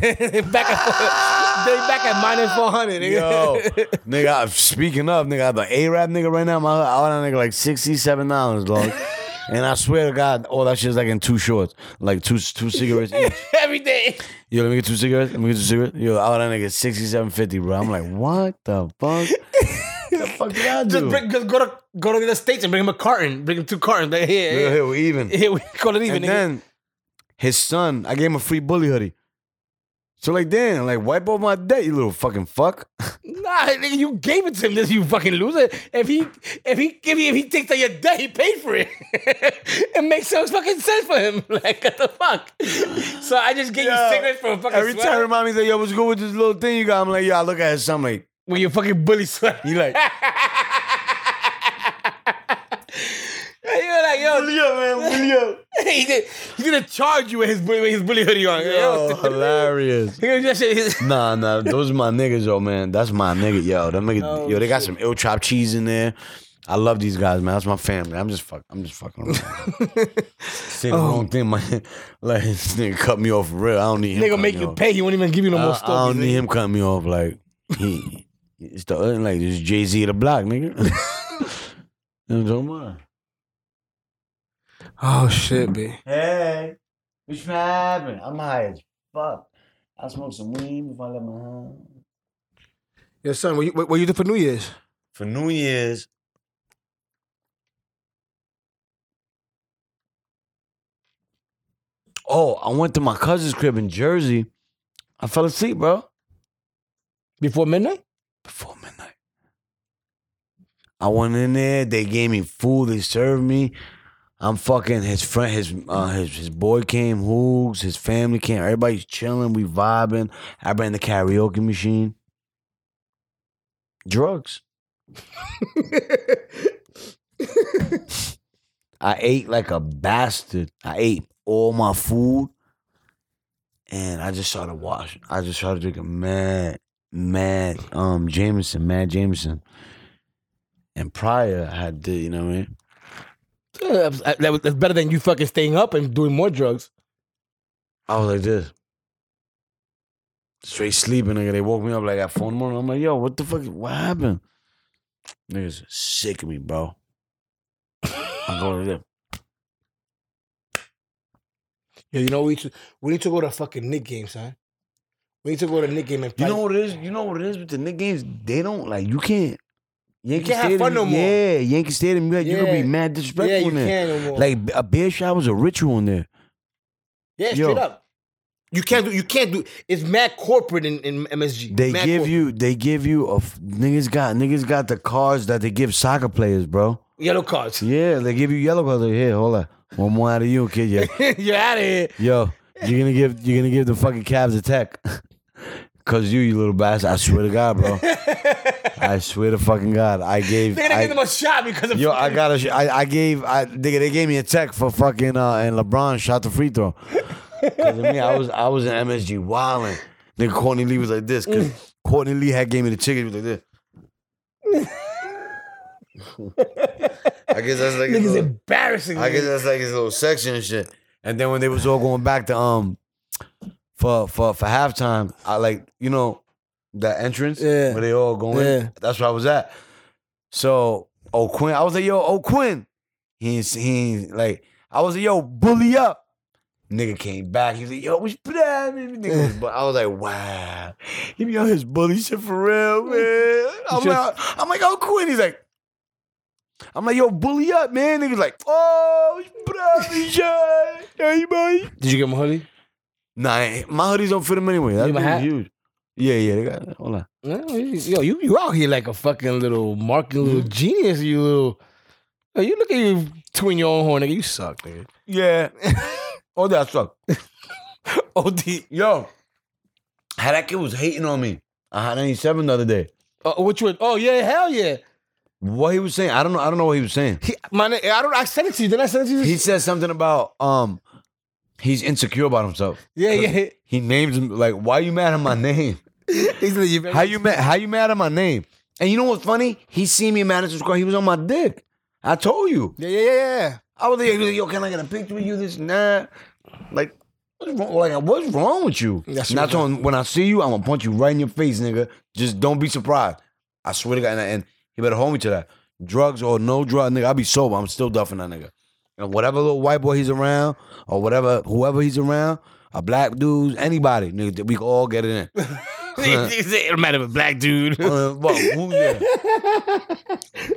A: back at four, they back at minus four hundred.
B: Yo, *laughs* nigga, I'm- speaking of, nigga, I have an A-Rap nigga right now. My, I want a nigga like $67, dog. and I swear to God, all that shit's like in two shorts, like two two cigarettes each.
A: *laughs* every day.
B: Yo, let me get two cigarettes. Let me get two cigarettes. Yo, I want a nigga 67.50, bro. I'm like, what the *laughs* fuck? the fuck did I do?
A: Just, bring, just go to go to the states and bring him a carton. Bring him two cartons. Like, here,
B: Nigga,
A: here,
B: here, we
A: *laughs*
B: even.
A: here, we call it even.
B: and
A: nigga.
B: then his son, I gave him a free bully hoodie. So like, damn, like wipe off my debt, you little fucking fuck.
A: *laughs* Nah, nigga, you gave it to him. This you fucking loser. If he if he if he, if he takes out your debt, he paid for it. *laughs* it makes so much fucking sense for him. *laughs* Like what the fuck. So I just gave
B: Yo,
A: you cigarettes for a fucking
B: Every
A: sweater.
B: time mommy's like, yo, what's good with this little thing you got? I'm like, yo, I look at his son, I'm like,
A: when you fucking bully sweater. *laughs*
B: he like,
A: You're like yo.
B: Leo, man, Leo.
A: *laughs* He did. He gonna charge you with his bully with his bully hoodie on. *laughs*
B: Yo,
A: Yo.
B: hilarious.
A: He gonna do that *laughs* shit.
B: Nah, nah, those are my niggas, yo, man. That's my nigga, yo. That nigga,
A: Oh,
B: yo, they got some ill chopped cheese in there. I love these guys, man. That's my family. I'm just fuck. I'm just fucking. *laughs* around. Say the wrong thing, my *laughs* like this nigga cut me off for real. I don't need him.
A: Nigga
B: cutting
A: make
B: me
A: you
B: off.
A: pay. He won't even give you no more
B: I, I
A: stories.
B: don't need him cutting me off like he. It's the other- like this Jay Z of the block, nigga. *laughs* You know what I'm talking about?
A: Oh shit, B.
B: Hey, what's happening? I'm high as fuck. I smoke some weed before I let my home.
A: Your son, what you, what you did for New Year's?
B: For New Year's, oh, I went to my cousin's crib in Jersey. I fell asleep, bro.
A: *laughs* Before midnight?
B: before midnight. I went in there. They gave me food. They served me. I'm fucking his friend. His uh, his his boy came. Hoogs. His family came. Everybody's chilling. We vibing. I ran the karaoke machine. Drugs. I ate like a bastard. I ate all my food, and I just started washing. I just started drinking mad, mad, um, Jameson, mad Jameson. And prior, I had did you know what I mean?
A: Yeah, that's- that was- that's better than you fucking staying up and doing more drugs.
B: I was like this. Straight sleeping, nigga. They woke me up like at four in the morning. I'm like, yo, what the fuck? What happened? Niggas sick of me, bro. I'm going to
A: Yeah, you know we should, we need to go to fucking Nick game, son. We need to go to Nick game and
B: You
A: fight.
B: know what it is? You know what it is with the Nick games? They don't like you can't. Yankee
A: can't have
B: Stadium,
A: fun no more.
B: Yeah, Yankee Stadium. You're, you're gonna
A: Yeah.
B: be mad
A: yeah,
B: disrespectful
A: you
B: in there.
A: can't no more.
B: Like a beer shot was a ritual in there.
A: yeah,
B: yo.
A: straight up. You can't do. You can't do. It's mad corporate in, in MSG.
B: They
A: Mad
B: give
A: corporate.
B: you, they give you a f- niggas got niggas got the cards that they give soccer players, bro.
A: yellow cards.
B: Yeah, they give you yellow cards. Like, Here, hold on, one more out of you, kid. Yeah,
A: *laughs* You're out of here.
B: yo, you're gonna give, you're gonna give the fucking Cavs a tech. *laughs* Cause you, you little bastard. I swear to
A: *laughs*
B: God, bro. I swear to fucking God, I gave.
A: They're gonna
B: I-
A: give them a shot because of
B: Yo, I got a. sh- I, I gave. I nigga, they gave me a tech for fucking uh, and LeBron shot the free throw. Cause of me, I was I was in MSG wilding. Nigga, Courtney Lee was like this. Cause Courtney Lee had gave me the ticket. He was like this. I guess that's like.
A: *laughs*
B: his
A: niggas
B: little-
A: embarrassing.
B: I guess
A: niggas.
B: that's like his little section and shit. And then when they was all going back to um, for for for halftime, I like you know, the entrance
A: Yeah.
B: where they all going.
A: Yeah.
B: That's where I was at. So O'Quinn, I was like, yo, O'Quinn. He ain't, he ain't, like, I was like, yo, bully up. Nigga came back. He was like, yo, what's that? Nigga was bu- I was like, wow. He be on his bully shit for
A: *laughs*
B: real, man. I'm like, I'm like, O'Quinn. He's like, I'm like, yo, bully up, man. Nigga's like, oh, what's that? Everybody.
A: Did you get my hoodie?
B: Nah, my hoodies don't fit him anyway.
A: You have a
B: That's
A: hat?
B: huge. Yeah, yeah, they got Hold on.
A: No, you- Yo, you you out here like a fucking little marketing little
B: Mm-hmm.
A: genius. You little. Yo, you look at you twin your own horn, nigga. You suck, nigga.
B: *laughs* Yeah. oh, that *laughs* suck.
A: Od.
B: Yo, how that kid was hating on me. I had 97 the other day.
A: Uh, which one? Oh yeah, hell yeah.
B: What he was saying, I don't know. I don't know what he was saying.
A: He, my, na- I don't. I sent it to you. Did I send it to you?
B: He said something about um, he's insecure about himself.
A: yeah, *laughs* yeah.
B: He names him like, why you mad at my name?
A: He's like, you *laughs*
B: How you mad? How you mad at my name? And you know what's funny? He seen me in Madison Square. He was on my dick. I told you.
A: yeah, yeah, yeah, yeah.
B: I was like, he was like, yo, can I get a picture with you? This and that. Like, what's wrong, like, what's wrong with you?
A: That's
B: and I
A: what-
B: told him, when I see you, I'm gonna punch you right in your face, nigga. Just don't be surprised. I swear to God, and, and he better hold me to that. Drugs or no drug, nigga. I'll be sober. I'm still duffing that nigga. And whatever little white boy he's around, or whatever, whoever he's around, a black dude, anybody, nigga, we can all get it
A: *laughs*
B: in.
A: it don't matter if a black dude.
B: Uh, what, who, yeah.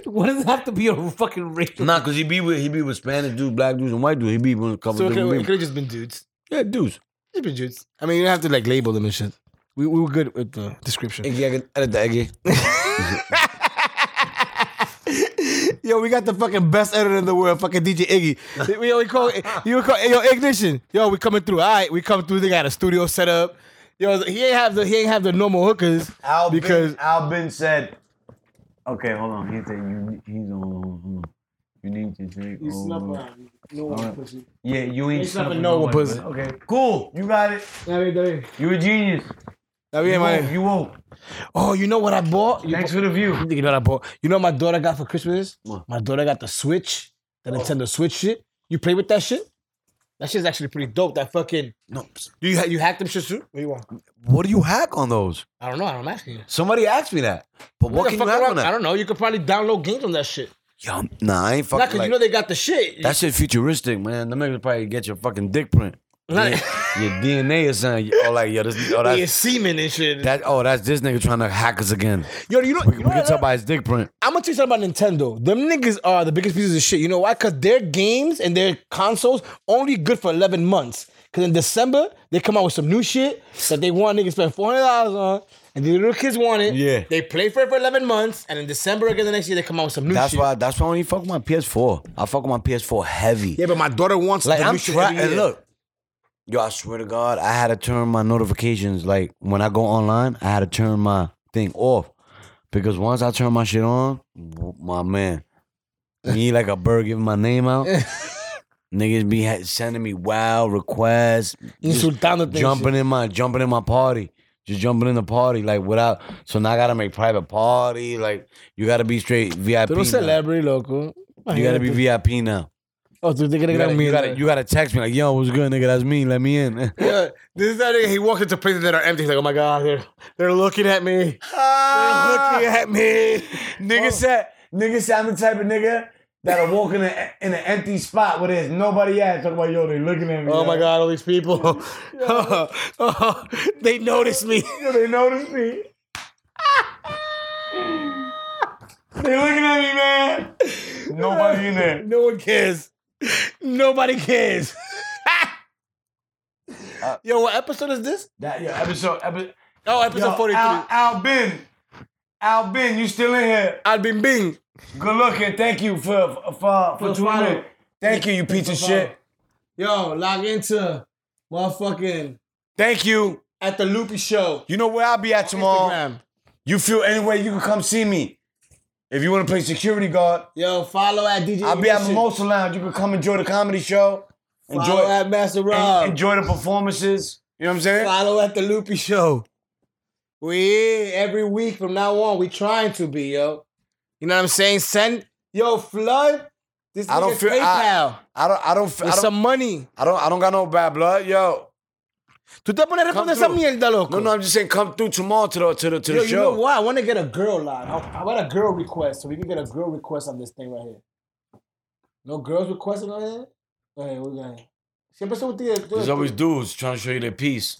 A: *laughs* what does it have to be a fucking racial?
B: Nah, cause he be with he be with Spanish dudes, black dudes, and white dudes. He be with a couple
A: So it
B: different
A: could
B: people.
A: have just been dudes.
B: Yeah, dudes.
A: Just been dudes. I mean, you don't have to like label them and shit. We we were good with the description.
B: Iggy, I can edit that, Iggy.
A: Yo, we got the fucking best editor in the world, fucking DJ Iggy. *laughs* We, we call you call yo ignition. Yo, we coming through. All right, we coming through. They got a studio set up. Yo, he ain't have the he ain't have the normal hookers
B: Al
A: because
B: because Albin said, "Okay, hold on. He said you, he's on. Hold on. You need to drink. over- Yeah, you ain't
A: snuffing
B: snuffing
A: no
B: no
A: one
B: one
A: pussy.
B: pussy. Okay, cool. You got it. You a genius. You woke. You woke.
A: Oh, you know what I bought? You,
B: Thanks for the view.
A: you know what I bought? You know what my daughter got for Christmas?
B: What?
A: My daughter got the Switch, the Nintendo Switch shit. You play with that shit? That shit's actually pretty dope. That fucking
B: No,
A: do you ha- you hack them shit too? What do you want?
B: what do you hack on those?
A: I don't know. I'm asking you.
B: Somebody asked me that. But
A: Nigga,
B: what can you
A: fuck
B: hack
A: around-
B: on
A: I
B: that?
A: don't know. You could probably download games on that shit.
B: Yo, I'm- nah, I ain't
A: Not
B: fucking
A: because
B: like.
A: you know they got the shit.
B: that shit futuristic, man. Them niggas probably get your fucking dick print.
A: Nah. *laughs*
B: Your, your DNA or something. Or like, yo, this, oh,
A: yeah,
B: that's,
A: semen and shit.
B: that, oh, that's this nigga trying to hack us again.
A: Yo, you know,
B: We,
A: you know
B: we can
A: what? uh,
B: tell by his dick print.
A: I'm gonna tell you something about Nintendo. Them niggas are the biggest pieces of shit. You know why? Because their games and their consoles only good for 11 months. Because in December, they come out with some new shit that they want niggas spend $400 on. And the little kids want it.
B: Yeah.
A: They play for it for 11 months. And in December again, the next year, they come out with some new
B: That's
A: shit.
B: why. That's why I only fuck with my PS4. I fuck with my PS4 heavy.
A: Yeah, but my daughter wants
B: Like
A: the
B: I'm
A: new shit
B: trying.
A: every year.
B: Look, yo, I swear to God, I had to turn my notifications. Like when I go online, I had to turn my thing off because once I turn my shit on, w- my man, me like a bird giving my
A: *laughs*
B: name out. Niggas be ha- sending me wild requests, just
A: Insultando things.
B: jumping in my jumping in my party, just jumping in the party like without. So now I gotta make private party. Like you gotta be straight VIP.
A: Tú no
B: now.
A: celebrity, loco.
B: You gotta be
A: Imagínate.
B: VIP now.
A: Oh, tú te crees que era
B: You gotta,
A: mío.
B: you, gotta, you gotta text me like, yo, what's good, nigga? That's me. Let me in. *laughs*
A: Yeah, this is that nigga. He walks into places that are empty. He's like, oh my god, they're, they're looking at me.
B: looking at me. Nigga said, nigga said, I'm the type of nigga that'll walk in, a, in an empty spot where there's nobody at. Talk about, yo, they looking at me.
A: Oh
B: yo.
A: my god, all these *laughs* people. they noticed me.
B: *laughs* Yo, they notice *laughs* me. they looking at me, man. Nobody in there.
A: No one cares. Nobody cares. *laughs* Yo, what episode is this?
B: That, yo, episode, episode,
A: Oh, episode
B: yo,
A: 43.
B: Al, Al Ben. Al Ben, you still in here.
A: I've been Bing.
B: Good looking. Thank you for for for, for tuning
A: follow.
B: in. Thank you, you piece of shit.
A: Yo, log into motherfucking
B: Thank you.
A: at the Loopy Show.
B: You know where I'll be at tomorrow.
A: Instagram.
B: You feel any way, you can come see me. If you want to play security guard,
A: Yo, follow at DJ.
B: I'll be at
A: Ignition.
B: Mimosa Lounge. You can come enjoy the comedy show.
A: Follow
B: Enjoy
A: at Master
B: en-
A: Rob.
B: enjoy the performances. You know what I'm saying?
A: Follow at the Loopy Show. We every week from now on, we trying to be yo. You know what I'm saying? Send yo flood this
B: I don't
A: nigga's
B: feel- I-
A: PayPal
B: I don't I don't I
A: with
B: don't,
A: some money.
B: I don't I don't got no bad blood, yo.
A: Tú te pones a responder esa
B: through.
A: mierda, loco.
B: No, no, I'm just saying come through tomorrow to the to the to
A: Yo,
B: the
A: you know
B: show.
A: what? I want to get a girl line. I, I want a girl request so we can get a girl request on this thing right here. No girls requesting on here. Okay, we got. it. Siempre se usted.
B: There's always dudes trying to show you their piece.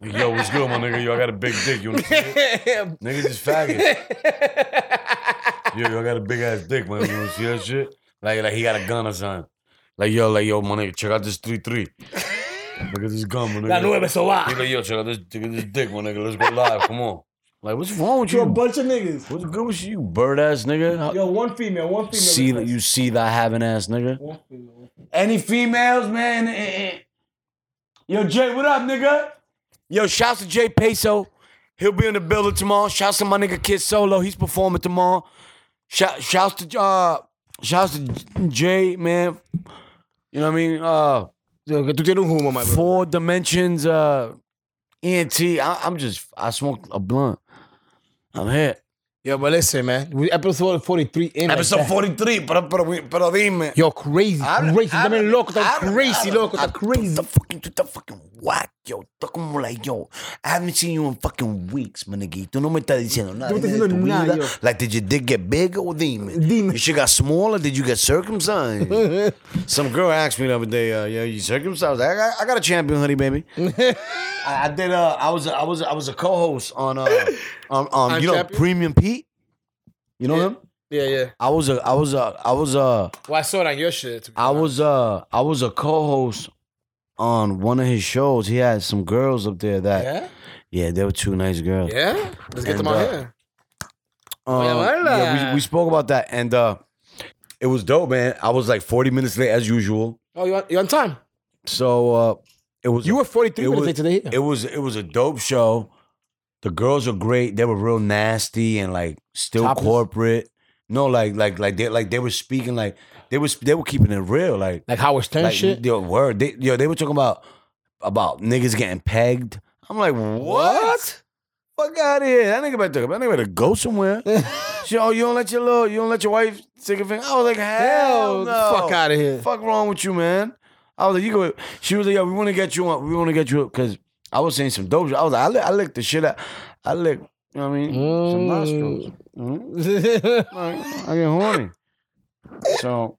B: Yo, what's good, my nigga? Yo, I got a big dick. You wanna see it? Niggas is faggots.
A: *laughs*
B: yo, yo, I got a big ass dick, man. You wanna see that shit? Like, like he got a gun or something. Like, yo, like, yo, my nigga, check out this 3 3. Look at this gun,
A: *laughs*
B: my
A: La
B: nigga.
A: nueve so va.
B: He like, yo, check out this, check out this dick, my nigga. Let's go live. Come on. Like, what's wrong with
A: You a
B: you?
A: bunch of niggas.
B: What's good with you, bird ass nigga? How-
A: Yo, one female, one female.
B: see that
A: request.
B: you see that having ass nigga.
A: One female, one female.
B: Any females, man? Eh, eh. Yo, Jay, what up, nigga? Yo, shouts to Jay Peso. He'll be in the building tomorrow. Shouts to my nigga Kid Solo. He's performing tomorrow. Shout, shouts to uh, shouts to J- Jay, man. You know what I mean? Uh,
A: Yo, que tú tienes un humo, my bro.
B: Four Dimensions, uh, ENT. I, I'm just, I smoked a blunt. I'm here.
A: Yo, but listen, man. We episode 43 in. like that.
B: 43, pero, pero, pero dime.
A: Yo, crazy, crazy. También loco, está crazy, loco, está crazy.
B: The fucking, tú estás fucking whack, yo. Estás como like, yo, I haven't seen you in fucking weeks, my nigga. Y Tú no me estás diciendo nada.
A: No te
B: de
A: estoy
B: tu
A: diciendo nada,
B: vida.
A: yo.
B: Like, did your dick get bigger or dime?
A: Dime.
B: Your shit got smaller? Did you
A: *laughs*
B: get circumcised? Some girl asked me the other day, uh, "Yeah, you circumcised?" I got, I got a champion hoodie, baby.
A: *laughs*
B: I, I did. Uh, I was, I was, I was a co-host
A: *laughs*
B: on, uh, on, on,
A: On
B: you know,
A: Champion?
B: Premium Pete. You know him?
A: Yeah, yeah.
B: I was a, I was a, I was a,
A: Well, I saw it on your shit.
B: I was a, I was a co-host on one of his shows. He had some girls up there that, yeah,
A: Yeah?
B: they were two nice girls.
A: Yeah? Oh, Let's get
B: And,
A: them out
B: uh,
A: here.
B: Um,
A: Oye, hola.
B: yeah, we, we spoke about that, and uh, it was dope, man. I was like forty minutes late as usual,
A: Oh, you on, you on time?
B: so uh, it was.
A: You were 43
B: it
A: minutes
B: was-
A: late today.
B: It was it was a dope show. The girls were great. They were real nasty and like still
A: Topless?
B: corporate. No, like like like they like they were speaking like they was they were keeping it real. Like
A: Like Howard Stern
B: like
A: shit.
B: Yo, word. They, yo, they were talking about about niggas getting pegged. I'm like, what? Fuck out of here. That nigga better that nigga better
A: *laughs*
B: go somewhere. she, oh, you don't let your little you don't let your wife take a finger. I was like, hell,
A: Hell, the
B: no.
A: fuck out of here.
B: Fuck wrong with you, man? I was like, you go. She was like, yo, we want to get you on. We want to get you because I was saying some dope. shit. I was like, I, lick, I licked the shit out. I licked. You know what I mean? Some
A: Mm.
B: nostrils. Mm, Mhm. Like, I get horny. So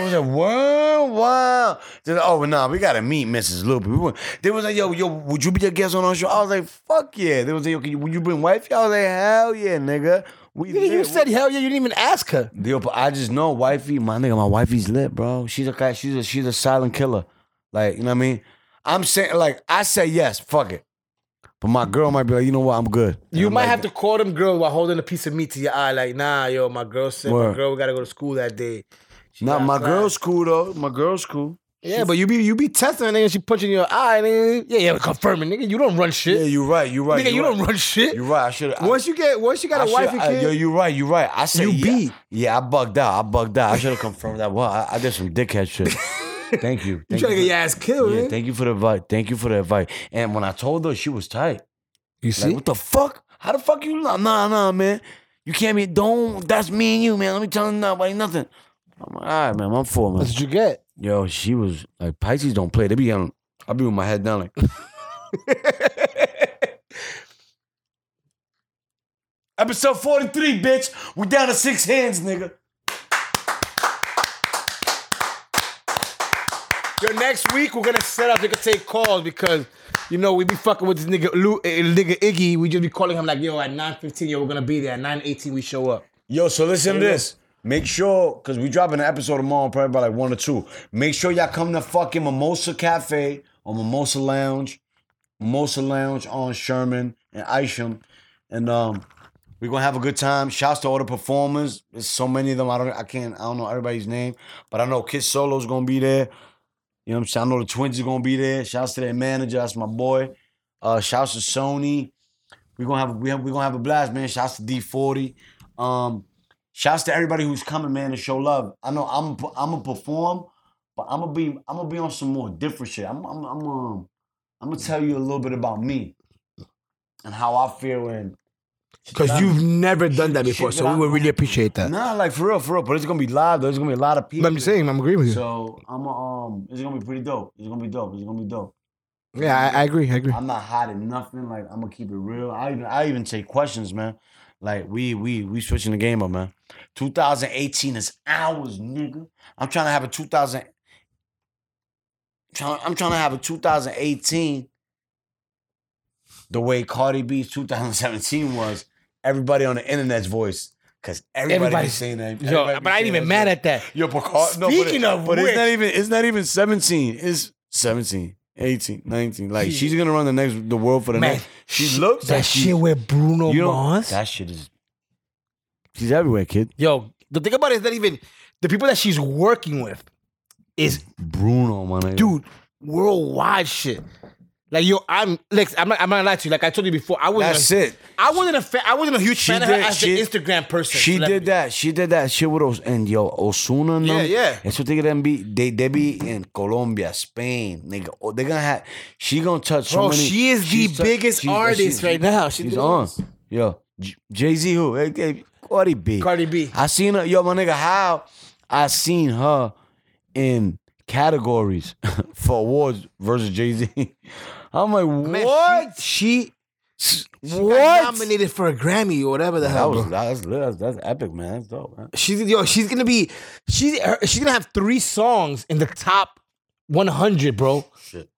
A: *laughs*
B: was a wow, wow. They're like, oh nah, we gotta meet Mrs. Loopy. We went, they was like, yo, yo, would you be a guest on our show? I was like, fuck yeah. They was like, yo, can you, would you bring wifey? I was like, hell yeah, nigga. We
A: Yeah, you
B: lit.
A: said hell yeah. You didn't even ask her.
B: Yo, but I just know wifey, my nigga, my wifey's lit, bro. She's a guy, she's a she's a silent killer. Like, you know what I mean? I'm saying like I say yes, fuck it. But my girl might be like, you know what, I'm good. And
A: You
B: I'm
A: might
B: like,
A: have to call them girl while holding a piece of meat to your eye, like, nah, yo, my girl said, my
B: Word.
A: girl, we gotta go to school that day. She
B: Nah,
A: got
B: my
A: class.
B: girl's cool though. My girl's cool.
A: Yeah, but you be you be testing her, nigga. She punching your eye, nigga. Yeah, yeah, confirming, nigga. You don't run shit,
B: Yeah, you're right, you're right.
A: nigga. You
B: right.
A: don't run shit.
B: You're right. I should have
A: once you get, once you got a
B: I
A: wife
B: should-
A: and
B: I-
A: kid,
B: yo, you right. You right. I said
A: You
B: yeah,
A: beat.
B: Yeah, I bugged out. I bugged out. I should have confirmed that. Well, I, I did some dickhead
A: *laughs*
B: shit. Thank you.
A: you
B: Thank
A: trying to
B: you
A: get your ass
B: for,
A: killed, eh?
B: yeah,
A: man.
B: thank you for the advice. Thank you for the advice. And when I told her, she was tight.
A: you
B: Like,
A: see?
B: what the fuck? How the fuck you? Nah, nah, nah, man. You can't be. Don't. That's me and you, man. Let me tell nobody nothing. I'm like, all right, man. I'm for man.
A: That's what you get.
B: Yo, she was like, Pisces don't play. They be on. I be with my head down like. *laughs* Episode 43, bitch. We down to six hands, nigga.
A: Yo, next week we're gonna set up. They can take calls because you know we be fucking with this nigga, Lou, eh, nigga Iggy. We just be calling him like, yo, at nine fifteen, yo, we're gonna be there. At nine eighteen, we show up.
B: Yo, so listen to this. Make sure, because we dropping an episode tomorrow, probably by like one or two. Make sure y'all come to fucking Mimosa Cafe or Mimosa Lounge. Mimosa Lounge on Sherman and Isham. And um, we're gonna have a good time. Shouts to all the performers. There's so many of them. I don't I can't I don't know everybody's name, but I know Kid Solo's gonna be there. You know what I'm saying? I know the twins are gonna be there. Shouts to their manager, that's my boy. Uh shouts to Sony. We're gonna have we have, we're gonna have a blast, man. Shouts to D40. Um, shouts to everybody who's coming, man, to show love. I know I'm I'm gonna perform, but I'm gonna be I'm gonna be on some more different shit. I'm I'm I'm um I'm gonna tell you a little bit about me and how I feel and
A: Because you've never done that before,
B: shit
A: so
B: that
A: we would
B: I-
A: really appreciate that.
B: Nah, like for real, for real. But it's gonna be live. Though. There's gonna be a lot of people.
A: I'm just saying, I'm agreeing with you.
B: So I'm um, it's gonna be pretty dope. It's gonna be dope. It's gonna be dope.
A: yeah, I, I agree. I agree.
B: I'm not hiding nothing. Like I'm gonna keep it real. I even I even take questions, man. Like we we we switching the game up, man. 2018 is ours, nigga. I'm trying to have a 2000. Trying, I'm trying to have a 2018 the way Cardi B's 2017 was. Everybody on the internet's voice, cause everybody
A: Everybody-
B: be saying that.
A: Yo,
B: everybody be
A: but I ain't
B: saying
A: even
B: that
A: mad
B: shit.
A: at that.
B: Yo, but Car- no, but
A: Speaking
B: it-
A: of
B: but
A: which-
B: it's not even it's not even 17. It's 17, 18, 19. Like she's gonna run the next the world for the
A: Man,
B: next. She looks
A: that
B: like she-
A: shit with Bruno
B: you don't-
A: Mars.
B: That shit is. She's everywhere, kid.
A: Yo, the thing about it is that even the people that she's working with is
B: Bruno, my nigga.
A: dude worldwide shit. Like yo, I'm Lex. I'm not. I'm not gonna lie to you. Like I told you before, I wasn't.
B: that's
A: a,
B: it.
A: I wasn't a fan. I wasn't a huge fan of
B: did-
A: her as
B: she-
A: an Instagram person.
B: She
A: celebrity.
B: did that. She did that shit with Os- and yo Osuna. and
A: Yeah,
B: them,
A: yeah.
B: That's what they gonna be. They they be in Colombia, Spain, nigga. Oh, they gonna have. She gonna touch so
A: Bro,
B: many.
A: she is the
B: she's tou-
A: biggest
B: she's-
A: artist
B: she's-
A: right now. She's,
B: She's
A: the
B: on.
A: biggest.
B: Yo, Jay Z who? Hey, hey, Cardi B.
A: Cardi B.
B: I seen her. Yo, my nigga, how I seen her in categories *laughs* for awards versus Jay Z. *laughs* I'm like,
A: Man,
B: what?
A: She,
B: She,
A: she got nominated for a Grammy or whatever the
B: That
A: hell.
B: was
A: bro.
B: that's, that's that's epic, man. That's dope, man.
A: She's yo. She's gonna be. She's her, she's gonna have three songs in the top 100, bro.
B: Shit.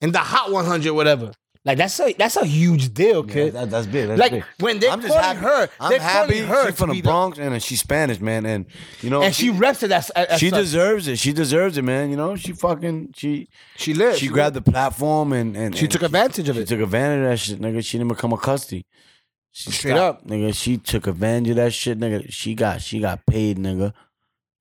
A: In the Hot 100, whatever. Like that's a that's a huge deal,
B: Yeah,
A: kid.
B: that, that's big. That's
A: like
B: big.
A: when they're calling her,
B: I'm
A: they're
B: happy.
A: calling her
B: She
A: to
B: from the
A: be the-
B: Bronx and she's Spanish, man. And you know,
A: and she reps it as, as
B: she
A: such.
B: deserves it. She deserves it, man. You know, she fucking she
A: She lived.
B: she grabbed the platform and and
A: She
B: and
A: took advantage of
B: She
A: it.
B: took advantage of that shit, nigga. She didn't become a custody. She
A: Straight
B: stopped, nigga. She took advantage of that shit, nigga. She got she got paid, nigga.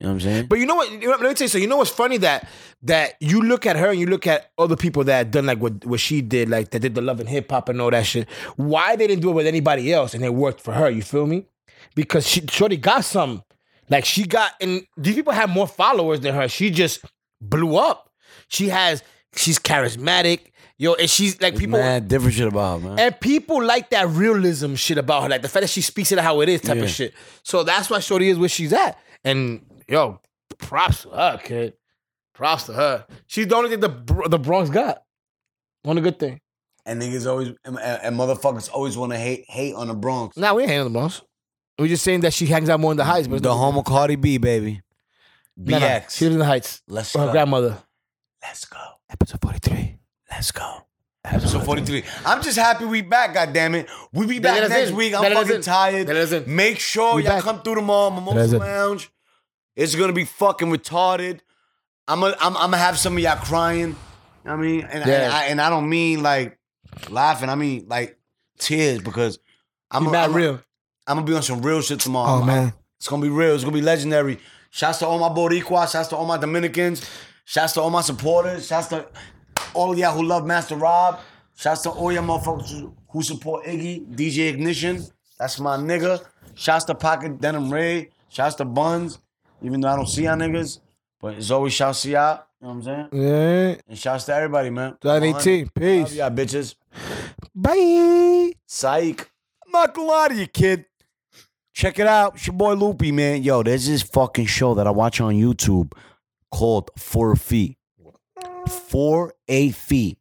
B: You know what I'm saying?
A: But you know what? You know, let me tell you. So you know what's funny that that you look at her and you look at other people that done like what what she did, like that did the love and hip hop and all that shit. Why they didn't do it with anybody else and it worked for her? You feel me? Because she Shorty got some. Like she got and these people have more followers than her. She just blew up. She has. She's charismatic. Yo, and she's like people.
B: mad different shit about her, man.
A: And people like that realism shit about her, like the fact that she speaks it how it is type
B: Yeah.
A: of shit. So that's why Shorty is where she's at. And yo, props to her, kid. Props to her. She's the only thing the Bro- the Bronx got. Only good thing.
B: And niggas always and, and motherfuckers always want to hate hate on the Bronx.
A: Nah, we ain't hating on the Bronx. We're just saying that she hangs out more in the heights. But
B: The home of Cardi B, baby.
A: No, no.
C: BX.
A: She lives in the Heights.
C: Let's
A: Her
C: go.
A: grandmother.
C: Let's go.
A: Episode 43.
C: Let's go. Episode 43.
B: I'm just happy we back. God damn it, we be back
A: let us
B: next
A: in.
B: week. I'm
A: Let us
B: fucking
A: in.
B: tired.
A: Let us in.
B: Make sure
A: We
B: y'all
A: back.
B: come through tomorrow,
A: us
B: Mimosa
A: in.
B: Lounge. It's gonna be fucking retarded. I'm gonna I'm, I'm have some of y'all crying. I mean, and,
A: Yeah.
B: and, I, and I don't mean like laughing. I mean like tears because I'm
A: Be mad
B: I'm,
A: real.
B: I'm gonna be on some real shit tomorrow. I'm-
A: Oh, man.
B: it's gonna be real. It's gonna be legendary. Shouts to all my Boricuas. Shouts to all my Dominicans. Shouts to all my supporters. Shouts to all of y'all who love Master Rob. Shouts to all y'all motherfuckers who- who support Iggy, DJ Ignition. That's my nigga. Shouts to Pocket Denim Ray. Shouts to Buns. Even though I don't see y'all niggas, but it's always shouts to y'all. You know what I'm saying?
A: Yeah.
B: And shouts to everybody, man.
A: 2018.
B: Love
A: Peace.
B: y'all bitches.
A: Bye.
B: Psych. I'm not gonna lie to you, kid. Check it out. It's your boy Loopy, man. Yo, there's this fucking show that I watch on YouTube called For a Fee. For a Fee.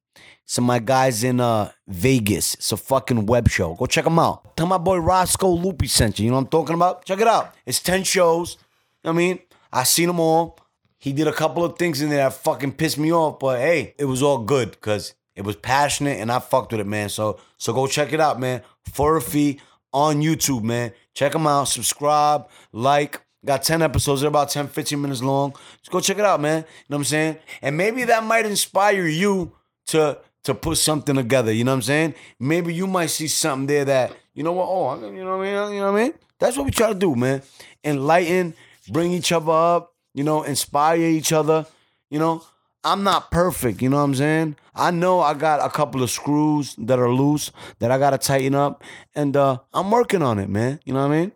B: So my guys in uh Vegas. It's a fucking web show. Go check them out. Tell my boy Roscoe Loopy sent you. You know what I'm talking about? Check it out. It's 10 shows. You know what I mean, I seen them all. He did a couple of things in there that fucking pissed me off, but hey, it was all good because it was passionate and I fucked with it, man. So so go check it out, man. For a fee on YouTube, man. Check them out. Subscribe, like. Got 10 episodes. They're about 10, 15 minutes long. Just go check it out, man. You know what I'm saying? And maybe that might inspire you to to put something together. You know what I'm saying? Maybe you might see something there that you know what? Oh, I- you know what I mean? You know what I mean? That's what we try to do, man. Enlighten, bring each other up. You know, inspire each other. You know, I'm not perfect. You know what I'm saying? I know I got a couple of screws that are loose that I gotta tighten up, and uh, I'm working on it, man. You know what I mean?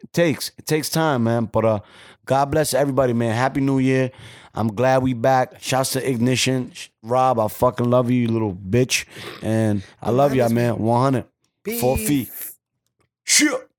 B: It takes it takes time, man. But uh, God bless everybody, man. Happy New Year. I'm glad we back. Shouts to Ignition, Sh- Rob. I fucking love you, you little bitch, and I love y'all, man. 100 four feet. Shit.